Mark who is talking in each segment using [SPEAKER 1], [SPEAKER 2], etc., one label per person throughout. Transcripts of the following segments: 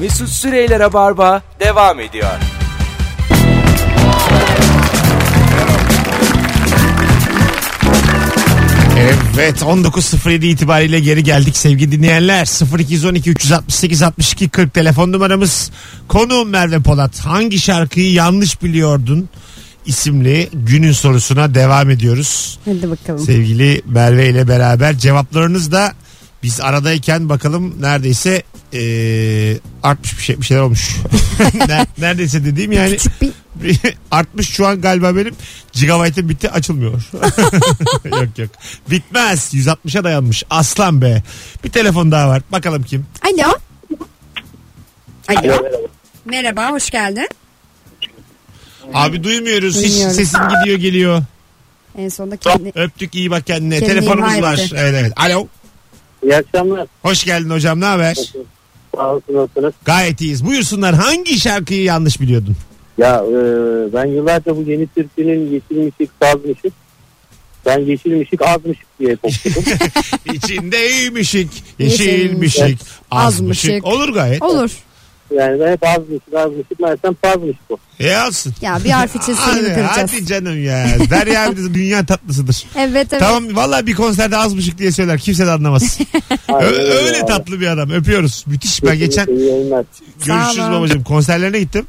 [SPEAKER 1] Mesut Süreyler'e barba devam ediyor.
[SPEAKER 2] Evet 19.07 itibariyle geri geldik sevgili dinleyenler. 0212 368 62 40 telefon numaramız. Konuğum Merve Polat. Hangi şarkıyı yanlış biliyordun? isimli günün sorusuna devam ediyoruz.
[SPEAKER 3] Hadi bakalım.
[SPEAKER 2] Sevgili Merve ile beraber cevaplarınız da biz aradayken bakalım neredeyse eee, artmış bir, şey, bir şeyler olmuş. Ner- neredeyse dediğim yani
[SPEAKER 3] Küçük bir
[SPEAKER 2] artmış şu an galiba benim gigabyte'ım bitti açılmıyor. yok yok. Bitmez. 160'a dayanmış. Aslan be. Bir telefon daha var. Bakalım kim?
[SPEAKER 3] Alo. Alo. Merhaba, hoş geldin.
[SPEAKER 2] Abi duymuyoruz. Hiç
[SPEAKER 3] Duymuyoruz.
[SPEAKER 2] sesin gidiyor geliyor.
[SPEAKER 3] En sonunda kendi...
[SPEAKER 2] Öptük iyi bak kendine.
[SPEAKER 3] Kendine
[SPEAKER 2] Telefonumuz
[SPEAKER 3] imha
[SPEAKER 2] var.
[SPEAKER 3] etti.
[SPEAKER 2] Evet evet. Alo.
[SPEAKER 4] İyi akşamlar.
[SPEAKER 2] Hoş geldin hocam. Ne haber?
[SPEAKER 4] Sağ olsun olsunuz.
[SPEAKER 2] Gayet iyiyiz. Buyursunlar. Hangi şarkıyı yanlış biliyordun?
[SPEAKER 4] Ya e, ben yıllarca bu yeni türkünün yeşil mışık saz mışık. Ben yeşil mışık az mışık diye koptum.
[SPEAKER 2] İçindeymişik, yeşilmişik,
[SPEAKER 3] Yeşilmişik,
[SPEAKER 2] azmışık.
[SPEAKER 3] azmışık.
[SPEAKER 2] Olur gayet.
[SPEAKER 3] Olur.
[SPEAKER 4] yani ben hep az mışık az mışık mersem saz mışık o.
[SPEAKER 2] E alsın.
[SPEAKER 3] Ya bir harf için seni mi
[SPEAKER 2] Hadi,
[SPEAKER 3] kıracağız?
[SPEAKER 2] hadi canım ya. Derya abi de dünya tatlısıdır.
[SPEAKER 3] Evet evet.
[SPEAKER 2] Tamam valla bir konserde azmışık diye söyler. Kimse de anlamaz. Ö-
[SPEAKER 4] Aynen
[SPEAKER 2] öyle
[SPEAKER 4] abi.
[SPEAKER 2] tatlı bir adam. Öpüyoruz. Müthiş. Ben geçen
[SPEAKER 4] İyi yayınlar.
[SPEAKER 2] görüşürüz
[SPEAKER 3] Sağ olun.
[SPEAKER 2] babacığım. Konserlerine gittim.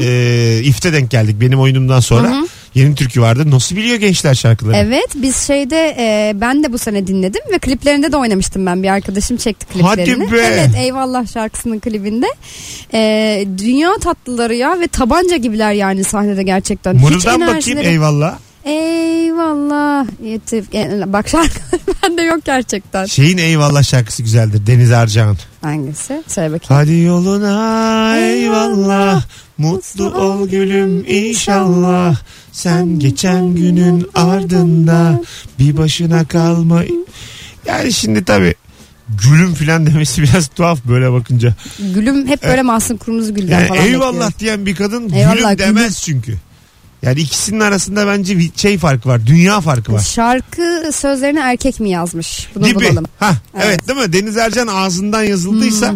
[SPEAKER 2] Ee, ifte denk geldik benim oyunumdan sonra. Yeni türkü vardı. Nasıl biliyor gençler şarkıları?
[SPEAKER 3] Evet biz şeyde e, ben de bu sene dinledim ve kliplerinde de oynamıştım ben bir arkadaşım çekti
[SPEAKER 2] Hadi
[SPEAKER 3] kliplerini.
[SPEAKER 2] be.
[SPEAKER 3] Evet eyvallah şarkısının klibinde. E, dünya tatlıları ya ve tabanca gibiler yani sahnede gerçekten. Hiç
[SPEAKER 2] Mırıldan bakayım
[SPEAKER 3] enerjileri-
[SPEAKER 2] eyvallah.
[SPEAKER 3] Eyvallah. Yetif- e, Bak şarkılar bende yok gerçekten.
[SPEAKER 2] Şeyin eyvallah şarkısı güzeldir. Deniz Arcan.
[SPEAKER 3] Hangisi? Söyle bakayım.
[SPEAKER 2] Hadi yoluna eyvallah Mutlu ol gülüm inşallah Sen geçen günün ardında Bir başına kalma Yani şimdi tabi Gülüm filan demesi biraz tuhaf böyle bakınca.
[SPEAKER 3] Gülüm hep böyle Mahsun Kırmızı Gül'den
[SPEAKER 2] E, Yani
[SPEAKER 3] falan
[SPEAKER 2] eyvallah
[SPEAKER 3] bekliyorum.
[SPEAKER 2] diyen bir kadın
[SPEAKER 3] Eyvallah,
[SPEAKER 2] gülüm demez çünkü. Yani ikisinin arasında bence bir şey farkı var. Dünya farkı var.
[SPEAKER 3] Şarkı sözlerini erkek mi yazmış? Bunu
[SPEAKER 2] gibi.
[SPEAKER 3] bulalım.
[SPEAKER 2] Ha, evet. Hmm.
[SPEAKER 3] Evet.
[SPEAKER 2] değil mi? Deniz Ercan ağzından yazıldıysa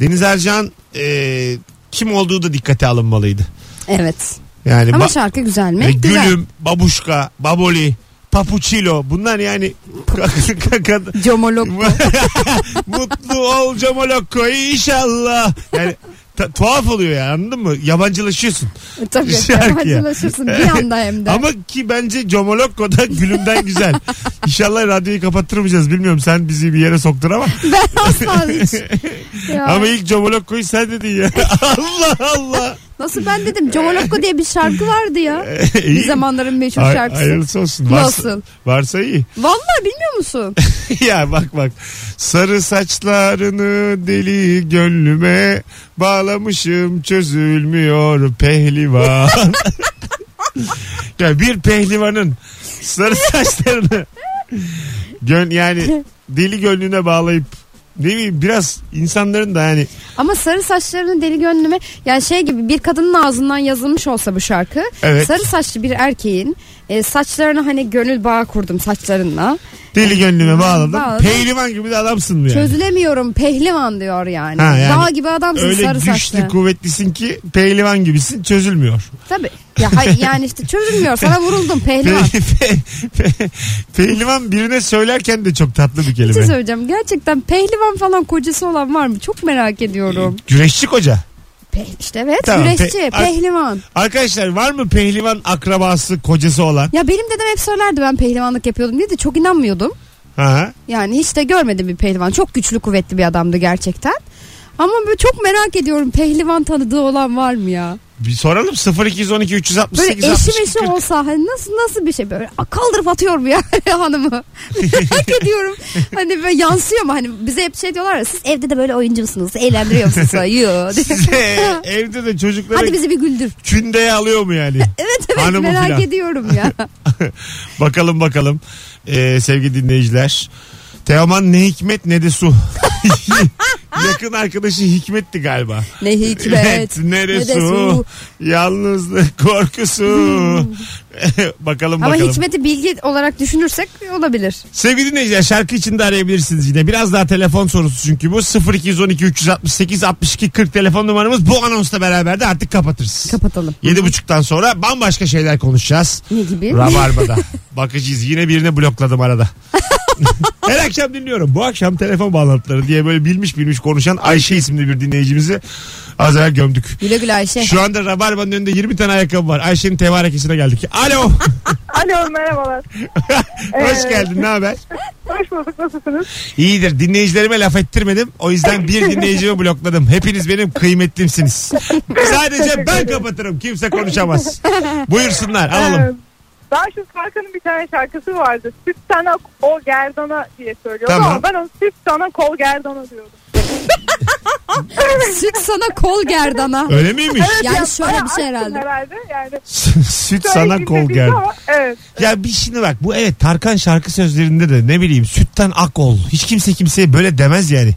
[SPEAKER 2] Deniz Ercan e, kim olduğu da dikkate alınmalıydı.
[SPEAKER 3] Evet.
[SPEAKER 2] Yani
[SPEAKER 3] Ama
[SPEAKER 2] ba-
[SPEAKER 3] şarkı güzel mi?
[SPEAKER 2] e,
[SPEAKER 3] güzel.
[SPEAKER 2] gülüm, babuşka, baboli, papuçilo bunlar yani
[SPEAKER 3] Comolog.
[SPEAKER 2] mutlu ol camolokko inşallah. Yani ta- tuhaf oluyor ya anladın mı? Yabancılaşıyorsun.
[SPEAKER 3] E, Tabii.
[SPEAKER 2] Şarkı ya.
[SPEAKER 3] Yabancılaşırsın bir anda hem de.
[SPEAKER 2] Ama ki bence Comolokko da gülümden güzel. İnşallah radyoyu kapattırmayacağız. Bilmiyorum sen bizi bir yere soktun ama.
[SPEAKER 3] Ben asla hiç. Ya.
[SPEAKER 2] Ama ilk Comolokko'yu sen dedin ya. Allah Allah.
[SPEAKER 3] Nasıl ben dedim? Comolog diye bir şarkı vardı ya.
[SPEAKER 2] İyi.
[SPEAKER 3] Bir zamanların meşhur
[SPEAKER 2] E, Ay-
[SPEAKER 3] şarkısı.
[SPEAKER 2] hayırlısı olsun. Varsa,
[SPEAKER 3] Nasıl?
[SPEAKER 2] varsa iyi.
[SPEAKER 3] Vallahi bilmiyor musun?
[SPEAKER 2] ya bak bak. Sarı saçlarını deli gönlüme bağlamışım çözülmüyor pehlivan. ya bir pehlivanın sarı saçlarını gön yani deli gönlüne bağlayıp ne bileyim biraz insanların da yani
[SPEAKER 3] Ama sarı saçlarını deli gönlüme yani şey gibi bir kadının ağzından yazılmış olsa bu şarkı.
[SPEAKER 2] Evet.
[SPEAKER 3] Sarı saçlı bir erkeğin e, saçlarını hani gönül bağı kurdum saçlarınla.
[SPEAKER 2] deli gönlüme bağladım.
[SPEAKER 3] Bağladım.
[SPEAKER 2] Pehlivan gibi de adamsın yani.
[SPEAKER 3] Çözülemiyorum pehlivan diyor yani.
[SPEAKER 2] Ha, yani
[SPEAKER 3] Dağ gibi adamsın
[SPEAKER 2] Öyle
[SPEAKER 3] sarı
[SPEAKER 2] güçlü
[SPEAKER 3] saçlı.
[SPEAKER 2] kuvvetlisin ki pehlivan gibisin çözülmüyor.
[SPEAKER 3] Tabii. Ya, hay- yani işte çözülmüyor sana vuruldum pehlivan. şey
[SPEAKER 2] Pe- pe- pe- pehlivan birine söylerken de çok tatlı bir
[SPEAKER 3] Bir şey
[SPEAKER 2] kelime.
[SPEAKER 3] söyleyeceğim gerçekten pehlivan falan kocası olan var mı? Çok merak ediyorum.
[SPEAKER 2] Güreşçi koca.
[SPEAKER 3] Pe- işte evet
[SPEAKER 2] Tamam, pe-
[SPEAKER 3] güreşçi
[SPEAKER 2] Ar-
[SPEAKER 3] pehlivan.
[SPEAKER 2] Arkadaşlar var mı pehlivan akrabası kocası olan?
[SPEAKER 3] Ya benim dedem hep söylerdi ben pehlivanlık yapıyordum diye de çok inanmıyordum.
[SPEAKER 2] Ha.
[SPEAKER 3] Yani hiç de görmedim bir pehlivan. Çok güçlü kuvvetli bir adamdı gerçekten. Ama böyle çok merak ediyorum pehlivan tanıdığı olan var mı ya?
[SPEAKER 2] Bir soralım 0212 368
[SPEAKER 3] Böyle eşi
[SPEAKER 2] 62
[SPEAKER 3] meşi
[SPEAKER 2] 40.
[SPEAKER 3] olsa hani nasıl nasıl bir şey böyle "Aa, kaldırıp atıyorum ya hanımı. merak ediyorum. Hani böyle yansıyor mu? Hani bize hep şey diyorlar ya siz evde de böyle oyuncu musunuz? Eğlendiriyor musunuz? falan?" Yo.
[SPEAKER 2] Size evde de çocukları
[SPEAKER 3] Hadi bizi bir güldür.
[SPEAKER 2] kündeye alıyor mu yani?
[SPEAKER 3] Evet evet
[SPEAKER 2] Hanımı
[SPEAKER 3] merak
[SPEAKER 2] filan.
[SPEAKER 3] ediyorum ya.
[SPEAKER 2] bakalım bakalım Ee, sevgili dinleyiciler. Teoman ne hikmet ne de su. Yakın arkadaşı Hikmet'ti galiba.
[SPEAKER 3] Ne hikmet.
[SPEAKER 2] neresi
[SPEAKER 3] ne de su.
[SPEAKER 2] Yalnızlık korkusu. bakalım
[SPEAKER 3] Ama
[SPEAKER 2] bakalım.
[SPEAKER 3] hikmeti bilgi olarak düşünürsek olabilir.
[SPEAKER 2] Sevgili dinleyiciler şarkı için de arayabilirsiniz yine. Biraz daha telefon sorusu çünkü bu 0212 368 62 40 telefon numaramız. Bu anonsla beraber de artık kapatırız.
[SPEAKER 3] Kapatalım.
[SPEAKER 2] Yedi buçuktan sonra bambaşka şeyler konuşacağız.
[SPEAKER 3] Ne gibi?
[SPEAKER 2] Rabarba'da. Bakacağız. Yine birini blokladım arada. Her akşam dinliyorum. Bu akşam telefon bağlantıları diye böyle bilmiş bilmiş konuşan Ayşe isimli bir dinleyicimizi az evvel gömdük.
[SPEAKER 3] Güle güle Ayşe.
[SPEAKER 2] Şu anda Rabarba'nın önünde 20 tane ayakkabı var. Ayşe'nin tevarekesine geldik. Alo.
[SPEAKER 5] Alo merhabalar.
[SPEAKER 2] Hoş geldin. Ne haber?
[SPEAKER 5] Hoş bulduk nasılsınız?
[SPEAKER 2] İyidir. Dinleyicilerime laf ettirmedim. O yüzden bir dinleyicimi blokladım. Hepiniz benim kıymetlimsiniz. Sadece ben kapatırım. Kimse konuşamaz. Buyursunlar.
[SPEAKER 5] Ee,
[SPEAKER 2] Alalım.
[SPEAKER 5] Darşın Tarkan'ın bir tane şarkısı vardı. Süt sana o gerdana diye söylüyordu
[SPEAKER 2] Tamam.
[SPEAKER 5] ama ben onu süt sana kol gerdana diyordum.
[SPEAKER 3] Süt sana kol gerdana.
[SPEAKER 2] Öyle miymiş?
[SPEAKER 3] Yani
[SPEAKER 5] Ya,
[SPEAKER 3] şöyle
[SPEAKER 5] bayağı
[SPEAKER 3] bir
[SPEAKER 5] açtım
[SPEAKER 3] şey herhalde.
[SPEAKER 5] herhalde. Yani
[SPEAKER 2] Süt
[SPEAKER 5] Hikaye
[SPEAKER 2] sana
[SPEAKER 5] gibi
[SPEAKER 2] kol
[SPEAKER 5] bir şey
[SPEAKER 2] geldi.
[SPEAKER 5] ama Evet.
[SPEAKER 2] Ya bir şimdi bak bu evet Tarkan şarkı sözlerinde de ne bileyim sütten ak ol. Hiç kimse kimseye böyle demez yani.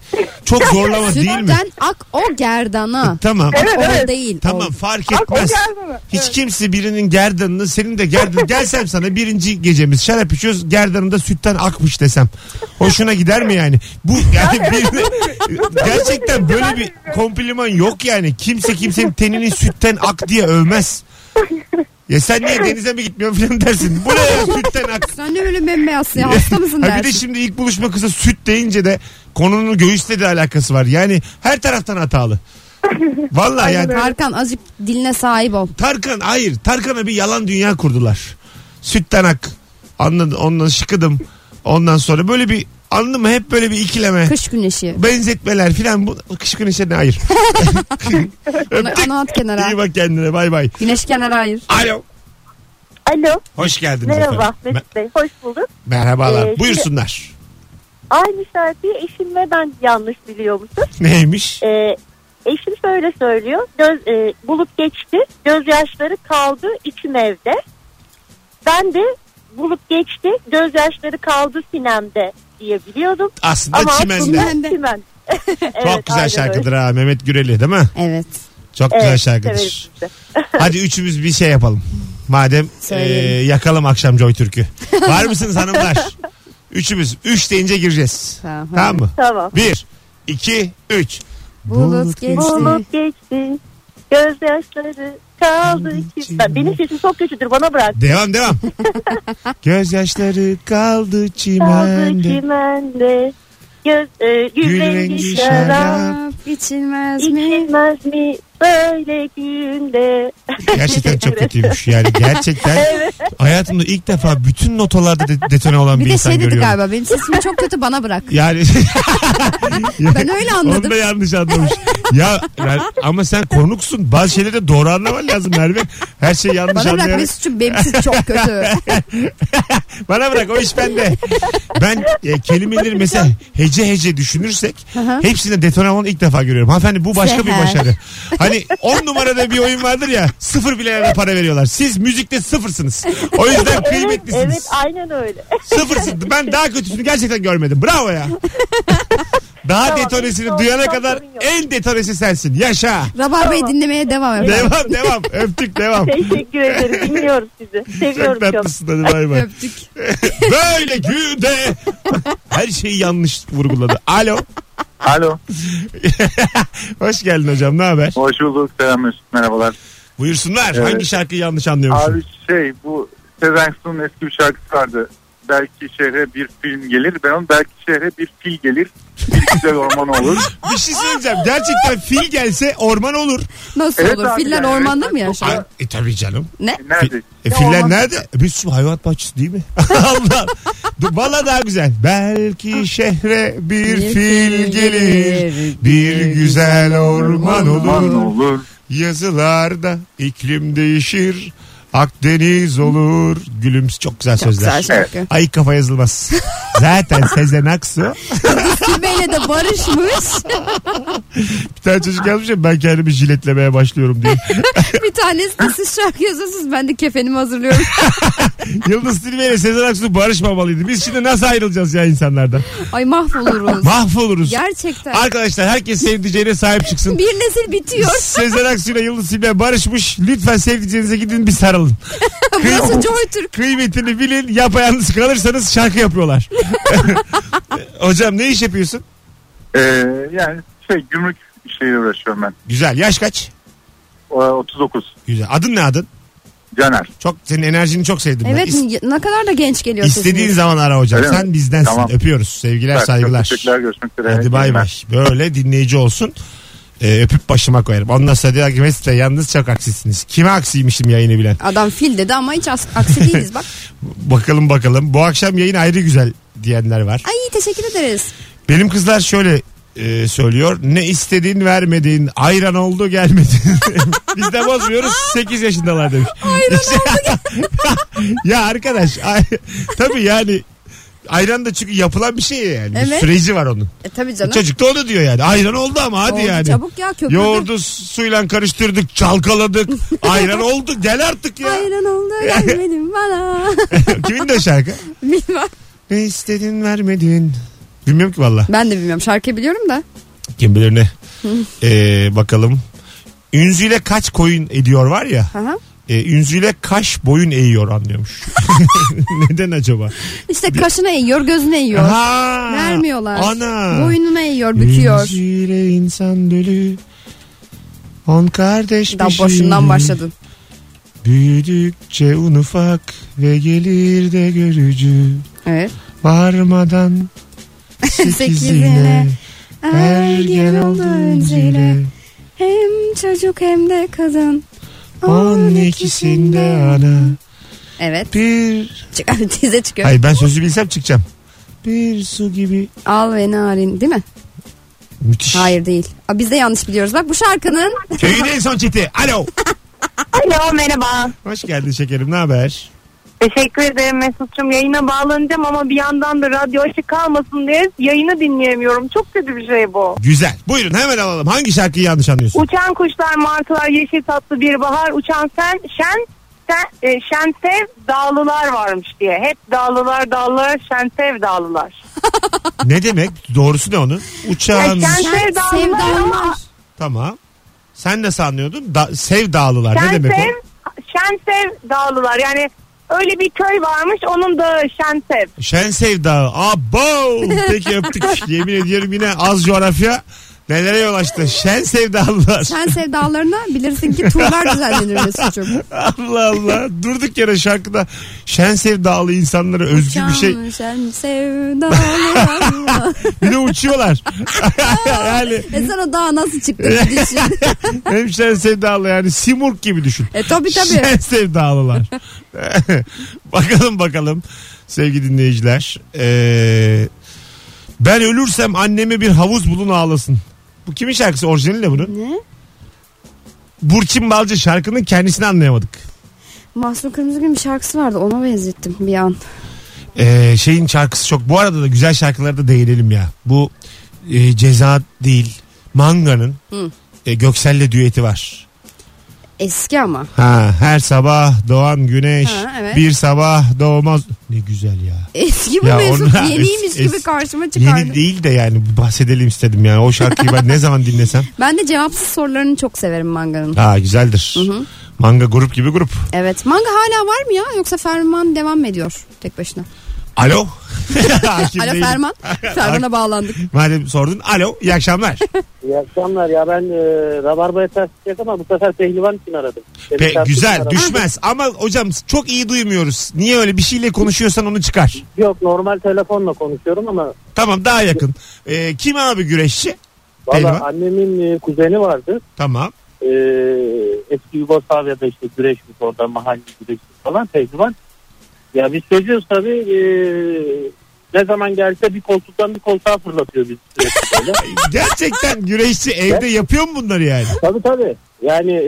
[SPEAKER 2] Çok zorlama değil mi?
[SPEAKER 3] Sütten ak o gerdana.
[SPEAKER 2] Tamam.
[SPEAKER 5] Evet,
[SPEAKER 3] O
[SPEAKER 5] evet.
[SPEAKER 3] değil.
[SPEAKER 2] Tamam
[SPEAKER 3] O.
[SPEAKER 2] fark
[SPEAKER 5] Ak o
[SPEAKER 2] etmez.
[SPEAKER 5] gerdana.
[SPEAKER 2] Hiç
[SPEAKER 5] Evet.
[SPEAKER 2] kimse birinin gerdanını senin de gerdan gelsem sana birinci gecemiz şarap içiyoruz gerdanında sütten akmış desem. Hoşuna gider mi yani? Bu yani birine, gerçekten böyle bir kompliman yok yani. Kimse kimsenin tenini sütten ak diye övmez. Ya sen niye denize mi gitmiyorsun filan dersin. Bu ne ya sütten ak.
[SPEAKER 3] Sen de öyle bembeyazsın ya hasta mısın
[SPEAKER 2] Ha bir de
[SPEAKER 3] dersin.
[SPEAKER 2] şimdi ilk buluşma kısa süt deyince de konunun göğüsle de alakası var. Yani her taraftan hatalı. Vallahi yani
[SPEAKER 3] Tarkan azıcık diline sahip ol.
[SPEAKER 2] Tarkan hayır Tarkan'a bir yalan dünya kurdular. Sütten ak. Anladın ondan şıkıdım. Ondan sonra böyle bir anladın mı hep böyle bir ikileme.
[SPEAKER 3] Kış güneşi.
[SPEAKER 2] Benzetmeler filan bu kış güneşe ne hayır.
[SPEAKER 3] Ona,
[SPEAKER 2] Öptük.
[SPEAKER 3] ona at
[SPEAKER 2] İyi
[SPEAKER 3] kenara.
[SPEAKER 2] bak kendine bay bay.
[SPEAKER 3] Güneş kenara ayır.
[SPEAKER 2] Alo.
[SPEAKER 6] Alo.
[SPEAKER 2] Hoş geldiniz
[SPEAKER 6] Merhaba
[SPEAKER 2] efendim. Me-
[SPEAKER 6] Mesut Bey. Hoş bulduk.
[SPEAKER 2] merhabalar.
[SPEAKER 6] Ee,
[SPEAKER 2] Buyursunlar.
[SPEAKER 6] Aynı şarkıyı eşim ve ben yanlış biliyormuşuz.
[SPEAKER 2] Neymiş?
[SPEAKER 6] Ee, eşim şöyle söylüyor. Göz, e, bulup geçti. Gözyaşları kaldı içim evde. Ben de bulup geçti. Gözyaşları kaldı sinemde diye biliyordum.
[SPEAKER 2] Aslında
[SPEAKER 6] Ama
[SPEAKER 2] çimende.
[SPEAKER 6] aslında
[SPEAKER 3] Çimende.
[SPEAKER 6] çimen. Evet,
[SPEAKER 2] Çok güzel
[SPEAKER 6] aynen
[SPEAKER 2] şarkıdır
[SPEAKER 6] öyle.
[SPEAKER 2] ha Mehmet Güreli değil mi?
[SPEAKER 3] Evet.
[SPEAKER 2] Çok
[SPEAKER 6] Evet,
[SPEAKER 2] güzel şarkıdır.
[SPEAKER 6] severiz biz de.
[SPEAKER 2] Hadi üçümüz bir şey yapalım. Madem e,
[SPEAKER 3] Söyleyelim.
[SPEAKER 2] yakalım akşam Joy Türk'ü. Var mısınız hanımlar? Üçümüz. Üç deyince gireceğiz.
[SPEAKER 3] Tamam.
[SPEAKER 2] Tamam mı?
[SPEAKER 6] Tamam.
[SPEAKER 2] Bir, iki, üç.
[SPEAKER 3] Bulut geçti.
[SPEAKER 6] Bulup geçti. Gözyaşları kaldı içimde. Benim sesim çok kötüdür bana bırak.
[SPEAKER 2] Devam devam. Gözyaşları kaldı
[SPEAKER 6] Kaldı
[SPEAKER 2] çimende.
[SPEAKER 6] çimende. Göz, e,
[SPEAKER 2] Gül
[SPEAKER 6] gül
[SPEAKER 2] rengi
[SPEAKER 6] rengi
[SPEAKER 2] şarap.
[SPEAKER 6] şarap.
[SPEAKER 3] Şarap içilmez mi?
[SPEAKER 6] İçilmez mi böyle günde?
[SPEAKER 2] Gerçekten çok kötüymüş yani gerçekten hayatımda ilk defa bütün notalarda de- detone olan bir,
[SPEAKER 3] Bir de
[SPEAKER 2] insan
[SPEAKER 3] şey dedi
[SPEAKER 2] görüyorum.
[SPEAKER 3] galiba benim sesim çok kötü bana bırak.
[SPEAKER 2] Yani
[SPEAKER 3] Ben öyle
[SPEAKER 2] Onu
[SPEAKER 3] anladım.
[SPEAKER 2] da yanlış anlamış. ya yani ama sen konuksun. Bazı şeyleri de doğru anlaman lazım Merve. Her şeyi yanlış
[SPEAKER 3] Bana bırak
[SPEAKER 2] anlayarak.
[SPEAKER 3] Mesut'cum benim sesim çok kötü.
[SPEAKER 2] Bana bırak o iş bende. Ben e, kelimeleri mesela hece hece düşünürsek
[SPEAKER 3] hı.
[SPEAKER 2] hepsinde detone olan ilk defa görüyorum. Hanımefendi bu başka bir
[SPEAKER 3] Seher.
[SPEAKER 2] başarı. Hani 10 numarada bir oyun vardır ya sıfır bilenlere para veriyorlar. Siz müzikte sıfırsınız. O yüzden
[SPEAKER 6] Evet,
[SPEAKER 2] kıymetlisiniz.
[SPEAKER 6] evet aynen öyle.
[SPEAKER 2] Sıfırsın. Ben daha kötüsünü gerçekten görmedim. Bravo ya. Daha
[SPEAKER 6] Tamam,
[SPEAKER 2] detonesini
[SPEAKER 6] hiç sorun-
[SPEAKER 2] duyana
[SPEAKER 6] hiç
[SPEAKER 2] kadar
[SPEAKER 6] sorun yok.
[SPEAKER 2] en detonesi sensin. Yaşa.
[SPEAKER 3] Rabarba'yı dinlemeye devam et.
[SPEAKER 2] Devam devam. Öptük devam.
[SPEAKER 6] Teşekkür ederim. Dinliyoruz sizi.
[SPEAKER 2] Çok
[SPEAKER 6] Seviyorum çok.
[SPEAKER 2] tatlısın hadi bay bay.
[SPEAKER 3] Öptük.
[SPEAKER 2] Böyle günde. Her şeyi yanlış vurguladı. Alo.
[SPEAKER 7] Alo.
[SPEAKER 2] Hoş geldin hocam ne haber?
[SPEAKER 7] Hoş bulduk. Selam Mesut. Merhabalar.
[SPEAKER 2] Buyursunlar.
[SPEAKER 7] Evet.
[SPEAKER 2] Hangi şarkıyı yanlış anlıyormuşsun?
[SPEAKER 7] Abi şey bu Sezen Aksu'nun eski bir şarkısı vardı. Belki şehre bir film gelir. Ben onu belki şehre bir fil gelir. Bir güzel orman olur.
[SPEAKER 2] Bir şey söyleyeceğim. Gerçekten fil gelse orman olur.
[SPEAKER 3] Nasıl
[SPEAKER 7] Evet
[SPEAKER 3] olur?
[SPEAKER 7] abi,
[SPEAKER 3] Filler
[SPEAKER 7] yani
[SPEAKER 3] ormanda
[SPEAKER 7] evet.
[SPEAKER 3] mı yaşıyor?
[SPEAKER 2] Ay, e tabii canım.
[SPEAKER 3] Ne?
[SPEAKER 7] Nerede?
[SPEAKER 2] E, filler nerede? E, Bir sürü hayvanat bahçesi değil mi? Allah. Dur, Valla daha güzel. Belki şehre bir fil gelir. Bir güzel orman
[SPEAKER 7] Orman
[SPEAKER 2] olur.
[SPEAKER 7] olur.
[SPEAKER 2] Yazılarda iklim değişir. Akdeniz olur. Gülümse çok güzel
[SPEAKER 3] Çok
[SPEAKER 2] sözler.
[SPEAKER 3] güzel şarkı.
[SPEAKER 2] Ay kafa yazılmaz. Zaten Sezen Aksu
[SPEAKER 3] Kimbeyle de barışmış.
[SPEAKER 2] Bir tane çocuk yazmış ya ben kendimi jiletlemeye başlıyorum diye.
[SPEAKER 3] bir tanesi de siz şarkı yazıyorsunuz ben de kefenimi hazırlıyorum.
[SPEAKER 2] Yıldız Tilbe ile Sezen Aksu barışmamalıydı. Biz şimdi nasıl ayrılacağız ya insanlardan?
[SPEAKER 3] Ay mahvoluruz.
[SPEAKER 2] Mahvoluruz.
[SPEAKER 3] Gerçekten.
[SPEAKER 2] Arkadaşlar herkes sevdiceğine sahip çıksın.
[SPEAKER 3] bir nesil bitiyor.
[SPEAKER 2] Sezen Aksu ile Yıldız Tilbe barışmış. Lütfen sevdiceğinize gidin bir sarılın.
[SPEAKER 3] Burası Joy Türk.
[SPEAKER 2] Kıymetini bilin. Yapayalnız kalırsanız şarkı yapıyorlar. Hocam ne iş yapıyorsun?
[SPEAKER 7] Ee, yani şey gümrük işleriyle uğraşıyorum ben.
[SPEAKER 2] Güzel. Yaş kaç?
[SPEAKER 7] Ee, 39.
[SPEAKER 2] Güzel. Adın ne adın?
[SPEAKER 7] Caner.
[SPEAKER 2] Çok senin enerjini çok sevdim
[SPEAKER 3] Evet
[SPEAKER 2] ben. İs-
[SPEAKER 3] ne kadar da genç geliyor
[SPEAKER 2] istediğin
[SPEAKER 3] sesiniz.
[SPEAKER 2] zaman ara hocam.
[SPEAKER 7] Öyle mi?
[SPEAKER 2] Sen bizdensin.
[SPEAKER 7] Tamam.
[SPEAKER 2] Öpüyoruz. Sevgiler,
[SPEAKER 7] Çok
[SPEAKER 2] saygılar.
[SPEAKER 7] Teşekkürler görüşmek üzere.
[SPEAKER 2] Hadi bay bay. Böyle dinleyici olsun. Ee, öpüp başıma koyarım. Ondan sonra diyor ki Mesut Bey yalnız çok aksisiniz. Kime aksiymişim yayını bilen?
[SPEAKER 3] Adam fil dedi ama hiç as- aksi değiliz bak.
[SPEAKER 2] Bakalım bakalım. Bu akşam yayın ayrı güzel diyenler var.
[SPEAKER 3] Ay teşekkür ederiz.
[SPEAKER 2] Benim kızlar şöyle e, söylüyor. Ne istediğin vermediğin ayran oldu gelmedi. Biz de bozmuyoruz 8 yaşındalar demiş. Ayran ya arkadaş ay, tabii yani ayran da çünkü yapılan bir şey yani. Bir
[SPEAKER 3] Evet.
[SPEAKER 2] süreci var onun.
[SPEAKER 3] E tabii canım.
[SPEAKER 2] Çocuk da onu diyor yani. Ayran oldu ama hadi
[SPEAKER 3] Oldu
[SPEAKER 2] yani.
[SPEAKER 3] Çabuk ya köpürdü.
[SPEAKER 2] Yoğurdu suyla karıştırdık, çalkaladık. Ayran oldu. Gel artık ya.
[SPEAKER 3] Ayran oldu gelmedin bana.
[SPEAKER 2] Kimin de o şarkı?
[SPEAKER 3] Bilmem.
[SPEAKER 2] Ne istedin vermedin. Bilmiyorum ki valla.
[SPEAKER 3] Ben de bilmiyorum şarkıyı biliyorum da.
[SPEAKER 2] Kim bilir ne. Ee, bakalım. Ünzüyle kaç koyun ediyor var ya.
[SPEAKER 3] Aha.
[SPEAKER 2] E, ünzüyle kaş boyun eğiyor anlıyormuş. Neden acaba?
[SPEAKER 3] İşte kaşına eğiyor gözüne eğiyor.
[SPEAKER 2] Ha,
[SPEAKER 3] Vermiyorlar.
[SPEAKER 2] Ana.
[SPEAKER 3] Boynuna eğiyor büküyor.
[SPEAKER 2] Ünzüyle insan dölü. On kardeş
[SPEAKER 3] Daha
[SPEAKER 2] peşinde.
[SPEAKER 3] başından başladın.
[SPEAKER 2] Büyüdükçe un ufak ve gelir de görücü.
[SPEAKER 3] Evet.
[SPEAKER 2] Varmadan sekizine
[SPEAKER 3] Sekizine.
[SPEAKER 2] ergen oldu öncüyle.
[SPEAKER 3] Hem çocuk hem de kadın.
[SPEAKER 2] On ikisinde ana
[SPEAKER 3] Evet.
[SPEAKER 2] bir...
[SPEAKER 3] Çık, tize çıkıyor.
[SPEAKER 2] Hayır ben sözü bilsem çıkacağım. Bir su gibi
[SPEAKER 3] Al ve narin değil mi?
[SPEAKER 2] müthiş.
[SPEAKER 3] Hayır değil. Aa, biz de yanlış biliyoruz. Bak bu şarkının
[SPEAKER 2] Köyün en son çiti. Alo.
[SPEAKER 8] Alo merhaba.
[SPEAKER 2] Hoş geldin şekerim ne haber?
[SPEAKER 8] Teşekkür ederim Mesut'cum. Yayına bağlanacağım ama bir yandan da radyo açık kalmasın diye yayını dinleyemiyorum. Çok kötü bir şey bu.
[SPEAKER 2] Güzel. Buyurun hemen alalım. Hangi şarkıyı yanlış anlıyorsun?
[SPEAKER 8] Uçan kuşlar, martılar, yeşil tatlı bir bahar, uçan sen, şen, sen, e, şensev dağlılar varmış diye. Hep dağlılar, dağlılar, şensev dağlılar.
[SPEAKER 2] ne demek? Doğrusu ne onun? Uçağın...
[SPEAKER 8] Ya sen-
[SPEAKER 3] Şen-
[SPEAKER 8] Sevdalılar
[SPEAKER 3] sevdalılar.
[SPEAKER 8] ama-
[SPEAKER 2] Tamam. Sen nasıl anlıyordun? Da- sevdalılar ne demek
[SPEAKER 8] Şensev,
[SPEAKER 2] o?
[SPEAKER 8] şensev dağlılar. Yani öyle bir köy varmış onun da şensev.
[SPEAKER 2] Şensev Dağı. Abo! Peki öptük. Yemin ediyorum yine az coğrafya nelere yol açtı. Şensev Dağlılar.
[SPEAKER 3] Sen sevdalarına bilirsin ki turlar düzenlenir Mesut'cum.
[SPEAKER 2] Allah Allah. Durduk yere şarkıda Şensev Dağlı insanlara özgü bir şey.
[SPEAKER 3] Can Sen sevdalarına.
[SPEAKER 2] Bir de uçuyorlar. yani
[SPEAKER 3] e sen o dağa nasıl çıktın? Bir düşün.
[SPEAKER 2] hem Şensev Dağlı yani Simurg gibi düşün.
[SPEAKER 3] e tabii tabii.
[SPEAKER 2] Şensev Dağlılar. bakalım bakalım sevgili dinleyiciler. Ee, ben ölürsem anneme bir havuz bulun ağlasın. Bu kimin şarkısı? Orijinali ne bunun?
[SPEAKER 3] Ne?
[SPEAKER 2] Burçin Balcı şarkının kendisini anlayamadık.
[SPEAKER 3] Mahsun Kırmızıgül'ün bir şarkısı vardı ona benzettim bir an.
[SPEAKER 2] Ee, şeyin şarkısı çok. Bu arada da güzel şarkılara da değinelim ya. Bu e, ceza değil. Manga'nın
[SPEAKER 3] Hı.
[SPEAKER 2] e, Göksel'le düeti var.
[SPEAKER 3] Eski ama.
[SPEAKER 2] Ha, her sabah doğan güneş,
[SPEAKER 3] Ha, evet.
[SPEAKER 2] bir sabah doğmaz. Ne güzel ya.
[SPEAKER 3] Eski bu
[SPEAKER 2] Ya
[SPEAKER 3] Mesut
[SPEAKER 2] onlar-
[SPEAKER 3] yeniymiş
[SPEAKER 2] es-
[SPEAKER 3] gibi
[SPEAKER 2] es-
[SPEAKER 3] karşıma çıkardı.
[SPEAKER 2] Yeni değil de yani bahsedelim istedim yani. O şarkıyı ben ne zaman dinlesem.
[SPEAKER 3] Ben de cevapsız sorularını çok severim Manga'nın.
[SPEAKER 2] Ha güzeldir.
[SPEAKER 3] hı.
[SPEAKER 2] Manga grup gibi grup.
[SPEAKER 3] Evet. Manga hala var mı ya? Yoksa Ferman devam mı ediyor tek başına?
[SPEAKER 2] Alo. Hakim
[SPEAKER 3] Alo
[SPEAKER 2] değilim.
[SPEAKER 3] Ferman. Ferman'a bağlandık.
[SPEAKER 2] Madem sordun. Alo iyi akşamlar.
[SPEAKER 4] İyi akşamlar ya ben e, Rabarba'ya ters çıkacak ama bu sefer pehlivan için aradım. Senin
[SPEAKER 2] Pe-
[SPEAKER 4] şarkı için
[SPEAKER 2] güzel
[SPEAKER 4] aradım.
[SPEAKER 2] düşmez ama hocam çok iyi duymuyoruz. Niye öyle bir şeyle konuşuyorsan onu çıkar.
[SPEAKER 4] Yok normal telefonla konuşuyorum ama
[SPEAKER 2] Tamam daha yakın. Ee, kim abi güreşçi? Pehlivan.
[SPEAKER 4] valla annemin e, kuzeni vardı.
[SPEAKER 2] Tamam.
[SPEAKER 4] E, eski Yugoslavya'da işte güreşmiş orada mahalle güreşmiş falan pehlivan. Ya biz çocuğuz tabii e, ne zaman gelse bir koltuktan bir koltuğa fırlatıyor bizi sürekli böyle.
[SPEAKER 2] Gerçekten güreşçi evde yapıyor mu bunları yani?
[SPEAKER 4] Tabii tabii. Yani e,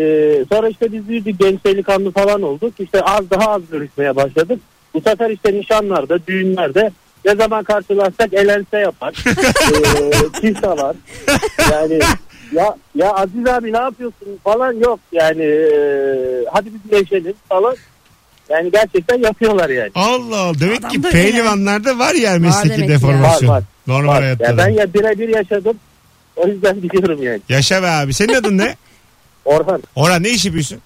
[SPEAKER 4] sonra işte biz büyüdük genç delikanlı falan olduk. İşte az daha az görüşmeye başladık. Bu sefer işte nişanlarda, düğünlerde ne zaman karşılaşsak elense yapar. e, kisa var. Yani ya, ya Aziz abi ne yapıyorsun falan yok yani eee, hadi bir güreşelim falan. Yani gerçekten yapıyorlar yani.
[SPEAKER 2] Allah Allah. Demek
[SPEAKER 3] Adam
[SPEAKER 2] ki
[SPEAKER 3] da öyle.
[SPEAKER 2] pehlivanlarda var yani mesleki
[SPEAKER 3] demek ki ya.
[SPEAKER 2] deformasyon.
[SPEAKER 4] Var, var.
[SPEAKER 2] Normal
[SPEAKER 4] Var.
[SPEAKER 2] hayatta.
[SPEAKER 4] Ya
[SPEAKER 2] da.
[SPEAKER 4] ben ya birebir yaşadım. O yüzden biliyorum yani.
[SPEAKER 2] Yaşa be abi. Senin adın ne?
[SPEAKER 4] Orhan
[SPEAKER 2] Orhan ne iş yapıyorsun?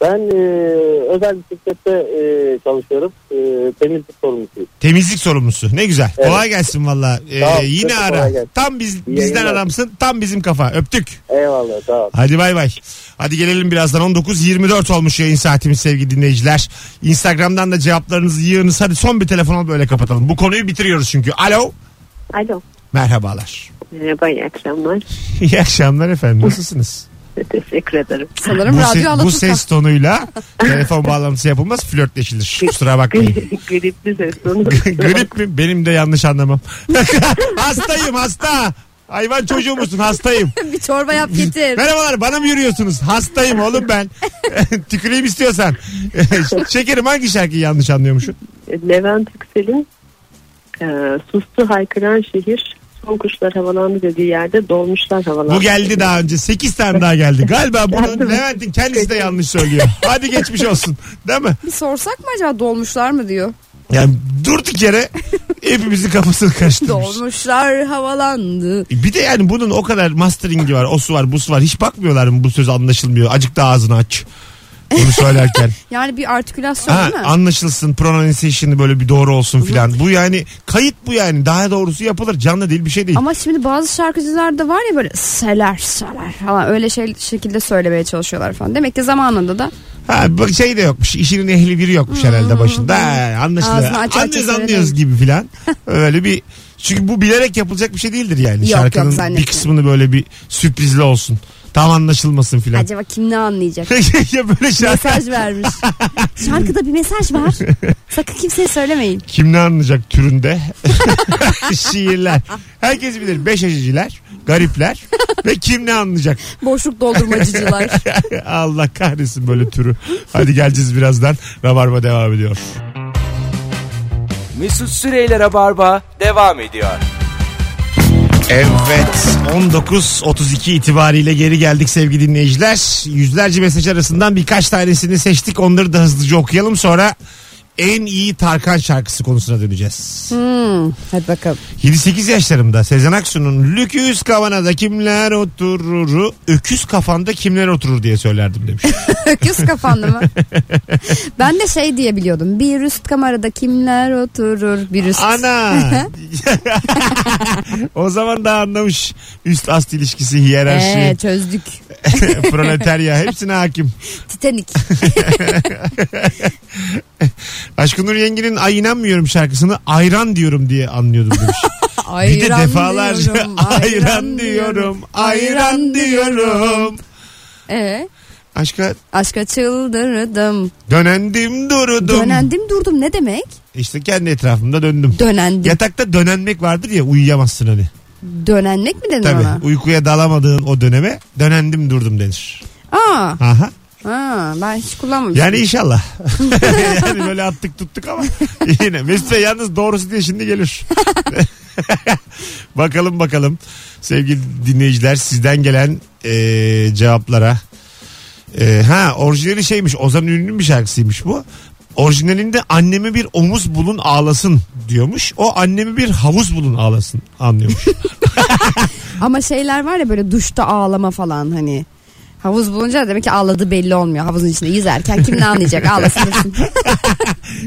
[SPEAKER 4] ben eee, özel bir şirkette eee, çalışıyorum. Eee, temizlik sorumlusuyum.
[SPEAKER 2] Temizlik sorumlusu. Ne güzel.
[SPEAKER 4] Evet.
[SPEAKER 2] Kolay gelsin valla. Ee,
[SPEAKER 4] Tamam,
[SPEAKER 2] yine
[SPEAKER 4] çok kolay
[SPEAKER 2] ara.
[SPEAKER 4] gelsin.
[SPEAKER 2] Tam biz
[SPEAKER 4] İyi
[SPEAKER 2] bizden
[SPEAKER 4] yayınlar.
[SPEAKER 2] aramsın. Tam bizim kafa. Öptük.
[SPEAKER 4] Eyvallah sağ ol.
[SPEAKER 2] Hadi bay bay. Hadi gelelim birazdan 19.24 olmuş yayın saatimiz sevgili dinleyiciler. Instagram'dan da cevaplarınızı yığınız. Hadi son bir telefon alıp öyle kapatalım. Bu konuyu bitiriyoruz çünkü. Alo.
[SPEAKER 9] Alo.
[SPEAKER 2] Merhabalar.
[SPEAKER 9] Merhaba iyi akşamlar.
[SPEAKER 2] İyi akşamlar efendim. Nasılsınız?
[SPEAKER 9] Teşekkür ederim.
[SPEAKER 3] Sanırım
[SPEAKER 2] bu,
[SPEAKER 3] radyo
[SPEAKER 2] se- bu
[SPEAKER 3] anlatılsa.
[SPEAKER 2] ses tonuyla telefon bağlantısı yapılmaz flörtleşilir. Kusura bakmayın.
[SPEAKER 9] Gripli ses tonu.
[SPEAKER 2] Grip mi? Benim de yanlış anlamam. hastayım hasta. Hayvan çocuğu musun? Hastayım.
[SPEAKER 3] bir çorba yap getir.
[SPEAKER 2] Merhabalar bana mı yürüyorsunuz? Hastayım oğlum ben. Tüküreyim istiyorsan. Şekerim hangi şarkıyı yanlış anlıyormuşum?
[SPEAKER 9] Levent Yüksel'in e, sustu haykıran şehir son kuşlar havalandı dediği yerde dolmuşlar havalandı.
[SPEAKER 2] Bu geldi daha önce. 8 tane daha geldi. Galiba bunu Levent'in kendisi de yanlış söylüyor. Hadi geçmiş olsun. Değil mi?
[SPEAKER 3] Bir sorsak mı acaba dolmuşlar mı diyor.
[SPEAKER 2] Yani durduk yere hepimizin kafasını karıştırmış.
[SPEAKER 3] Dolmuşlar havalandı.
[SPEAKER 2] Bir de yani bunun o kadar masteringi var, osu var, busu var. Hiç bakmıyorlar mı bu söz anlaşılmıyor. Acık da ağzını aç. Bunu söylerken.
[SPEAKER 3] Yani bir artikülasyon
[SPEAKER 2] ha,
[SPEAKER 3] değil mi?
[SPEAKER 2] anlaşılsın, pronunciation'ı böyle bir doğru olsun filan. Bu yani kayıt bu yani. Daha doğrusu yapılır. Canlı değil bir şey değil.
[SPEAKER 3] Ama şimdi bazı şarkıcılarda var ya böyle seler seler falan öyle şey, şekilde söylemeye çalışıyorlar falan. Demek ki zamanında da
[SPEAKER 2] Ha, bak şey de yokmuş. İşinin ehli biri yokmuş herhalde başında. Ha, anlaşılıyor.
[SPEAKER 3] Hmm. Ağzını aç aç
[SPEAKER 2] Anlıyoruz
[SPEAKER 3] söyleyelim.
[SPEAKER 2] anlıyoruz gibi filan. Öyle bir çünkü bu bilerek yapılacak bir şey değildir yani.
[SPEAKER 3] Yok, yok,
[SPEAKER 2] Şarkının bir
[SPEAKER 3] zannetmiyorum.
[SPEAKER 2] kısmını böyle bir sürprizli olsun. Tam anlaşılmasın filan.
[SPEAKER 3] acaba kim ne anlayacak?
[SPEAKER 2] ya böyle şarkı
[SPEAKER 3] mesaj vermiş. Şarkıda bir mesaj var. Sakın kimseye söylemeyin.
[SPEAKER 2] Kim ne anlayacak türünde? Şiirler. Herkes bilir. Beş acıcılar, garipler ve kim ne anlayacak?
[SPEAKER 3] Boşluk doldurmacıcılar.
[SPEAKER 2] Allah kahretsin böyle türü. Hadi geleceğiz birazdan. Rabarba devam ediyor.
[SPEAKER 1] Mesut Süreyler'e barba devam ediyor.
[SPEAKER 2] Evet 19.32 itibariyle geri geldik sevgili dinleyiciler. Yüzlerce mesaj arasından birkaç tanesini seçtik. Onları da hızlıca okuyalım sonra en iyi Tarkan şarkısı konusuna döneceğiz.
[SPEAKER 3] Hmm, Hadi bakalım.
[SPEAKER 2] 7-8 yaşlarımda Sezen Aksu'nun Lüküs kavanada kimler oturur, öküz kafanda kimler oturur diye söylerdim demiş.
[SPEAKER 3] Öküz kapandı mı? ben de şey diye biliyordum. Bir üst kamerada kimler oturur? Bir üst.
[SPEAKER 2] Ana! o zaman da anlamış. Üst ast ilişkisi, hiyerarşi,
[SPEAKER 3] Ee, çözdük.
[SPEAKER 2] proletarya hepsine hakim.
[SPEAKER 3] Titanik.
[SPEAKER 2] Aşkın Nur Yengi'nin Ay inanmıyorum şarkısını ayran diyorum diye anlıyordum demiş. Bir de
[SPEAKER 3] Ayran
[SPEAKER 2] defalarca
[SPEAKER 3] diyorum,
[SPEAKER 2] ayran diyorum, ayran diyorum.
[SPEAKER 3] Ee,
[SPEAKER 2] Aşka
[SPEAKER 3] aşka çıldırdım.
[SPEAKER 2] dönendim durudum.
[SPEAKER 3] Dönendim durdum ne demek?
[SPEAKER 2] İşte kendi etrafımda döndüm.
[SPEAKER 3] Dönendim.
[SPEAKER 2] Yatakta dönenmek vardır ya uyuyamazsın hani.
[SPEAKER 3] Dönenmek mi denir
[SPEAKER 2] Tabii
[SPEAKER 3] ona?
[SPEAKER 2] uykuya dalamadığın o döneme dönendim durdum denir.
[SPEAKER 3] Aa,
[SPEAKER 2] Aha.
[SPEAKER 3] ha, ben hiç kullanmamıştım.
[SPEAKER 2] Yani inşallah. yani böyle attık tuttuk ama yine. Mesut Bey yalnız doğrusu diye şimdi gelir. bakalım bakalım sevgili dinleyiciler sizden gelen eee, cevaplara. Eee, ha orijinali şeymiş Ozan Ünlü'nün bir şarkısıymış bu. Orijinalinde annemi bir omuz bulun ağlasın diyormuş. O annemi bir havuz bulun ağlasın anlıyormuş.
[SPEAKER 3] Ama şeyler var ya böyle duşta ağlama falan hani. Havuz bulunca demek ki ağladığı belli olmuyor. Havuzun içinde yüzerken kim ne anlayacak ağlasın. dursun.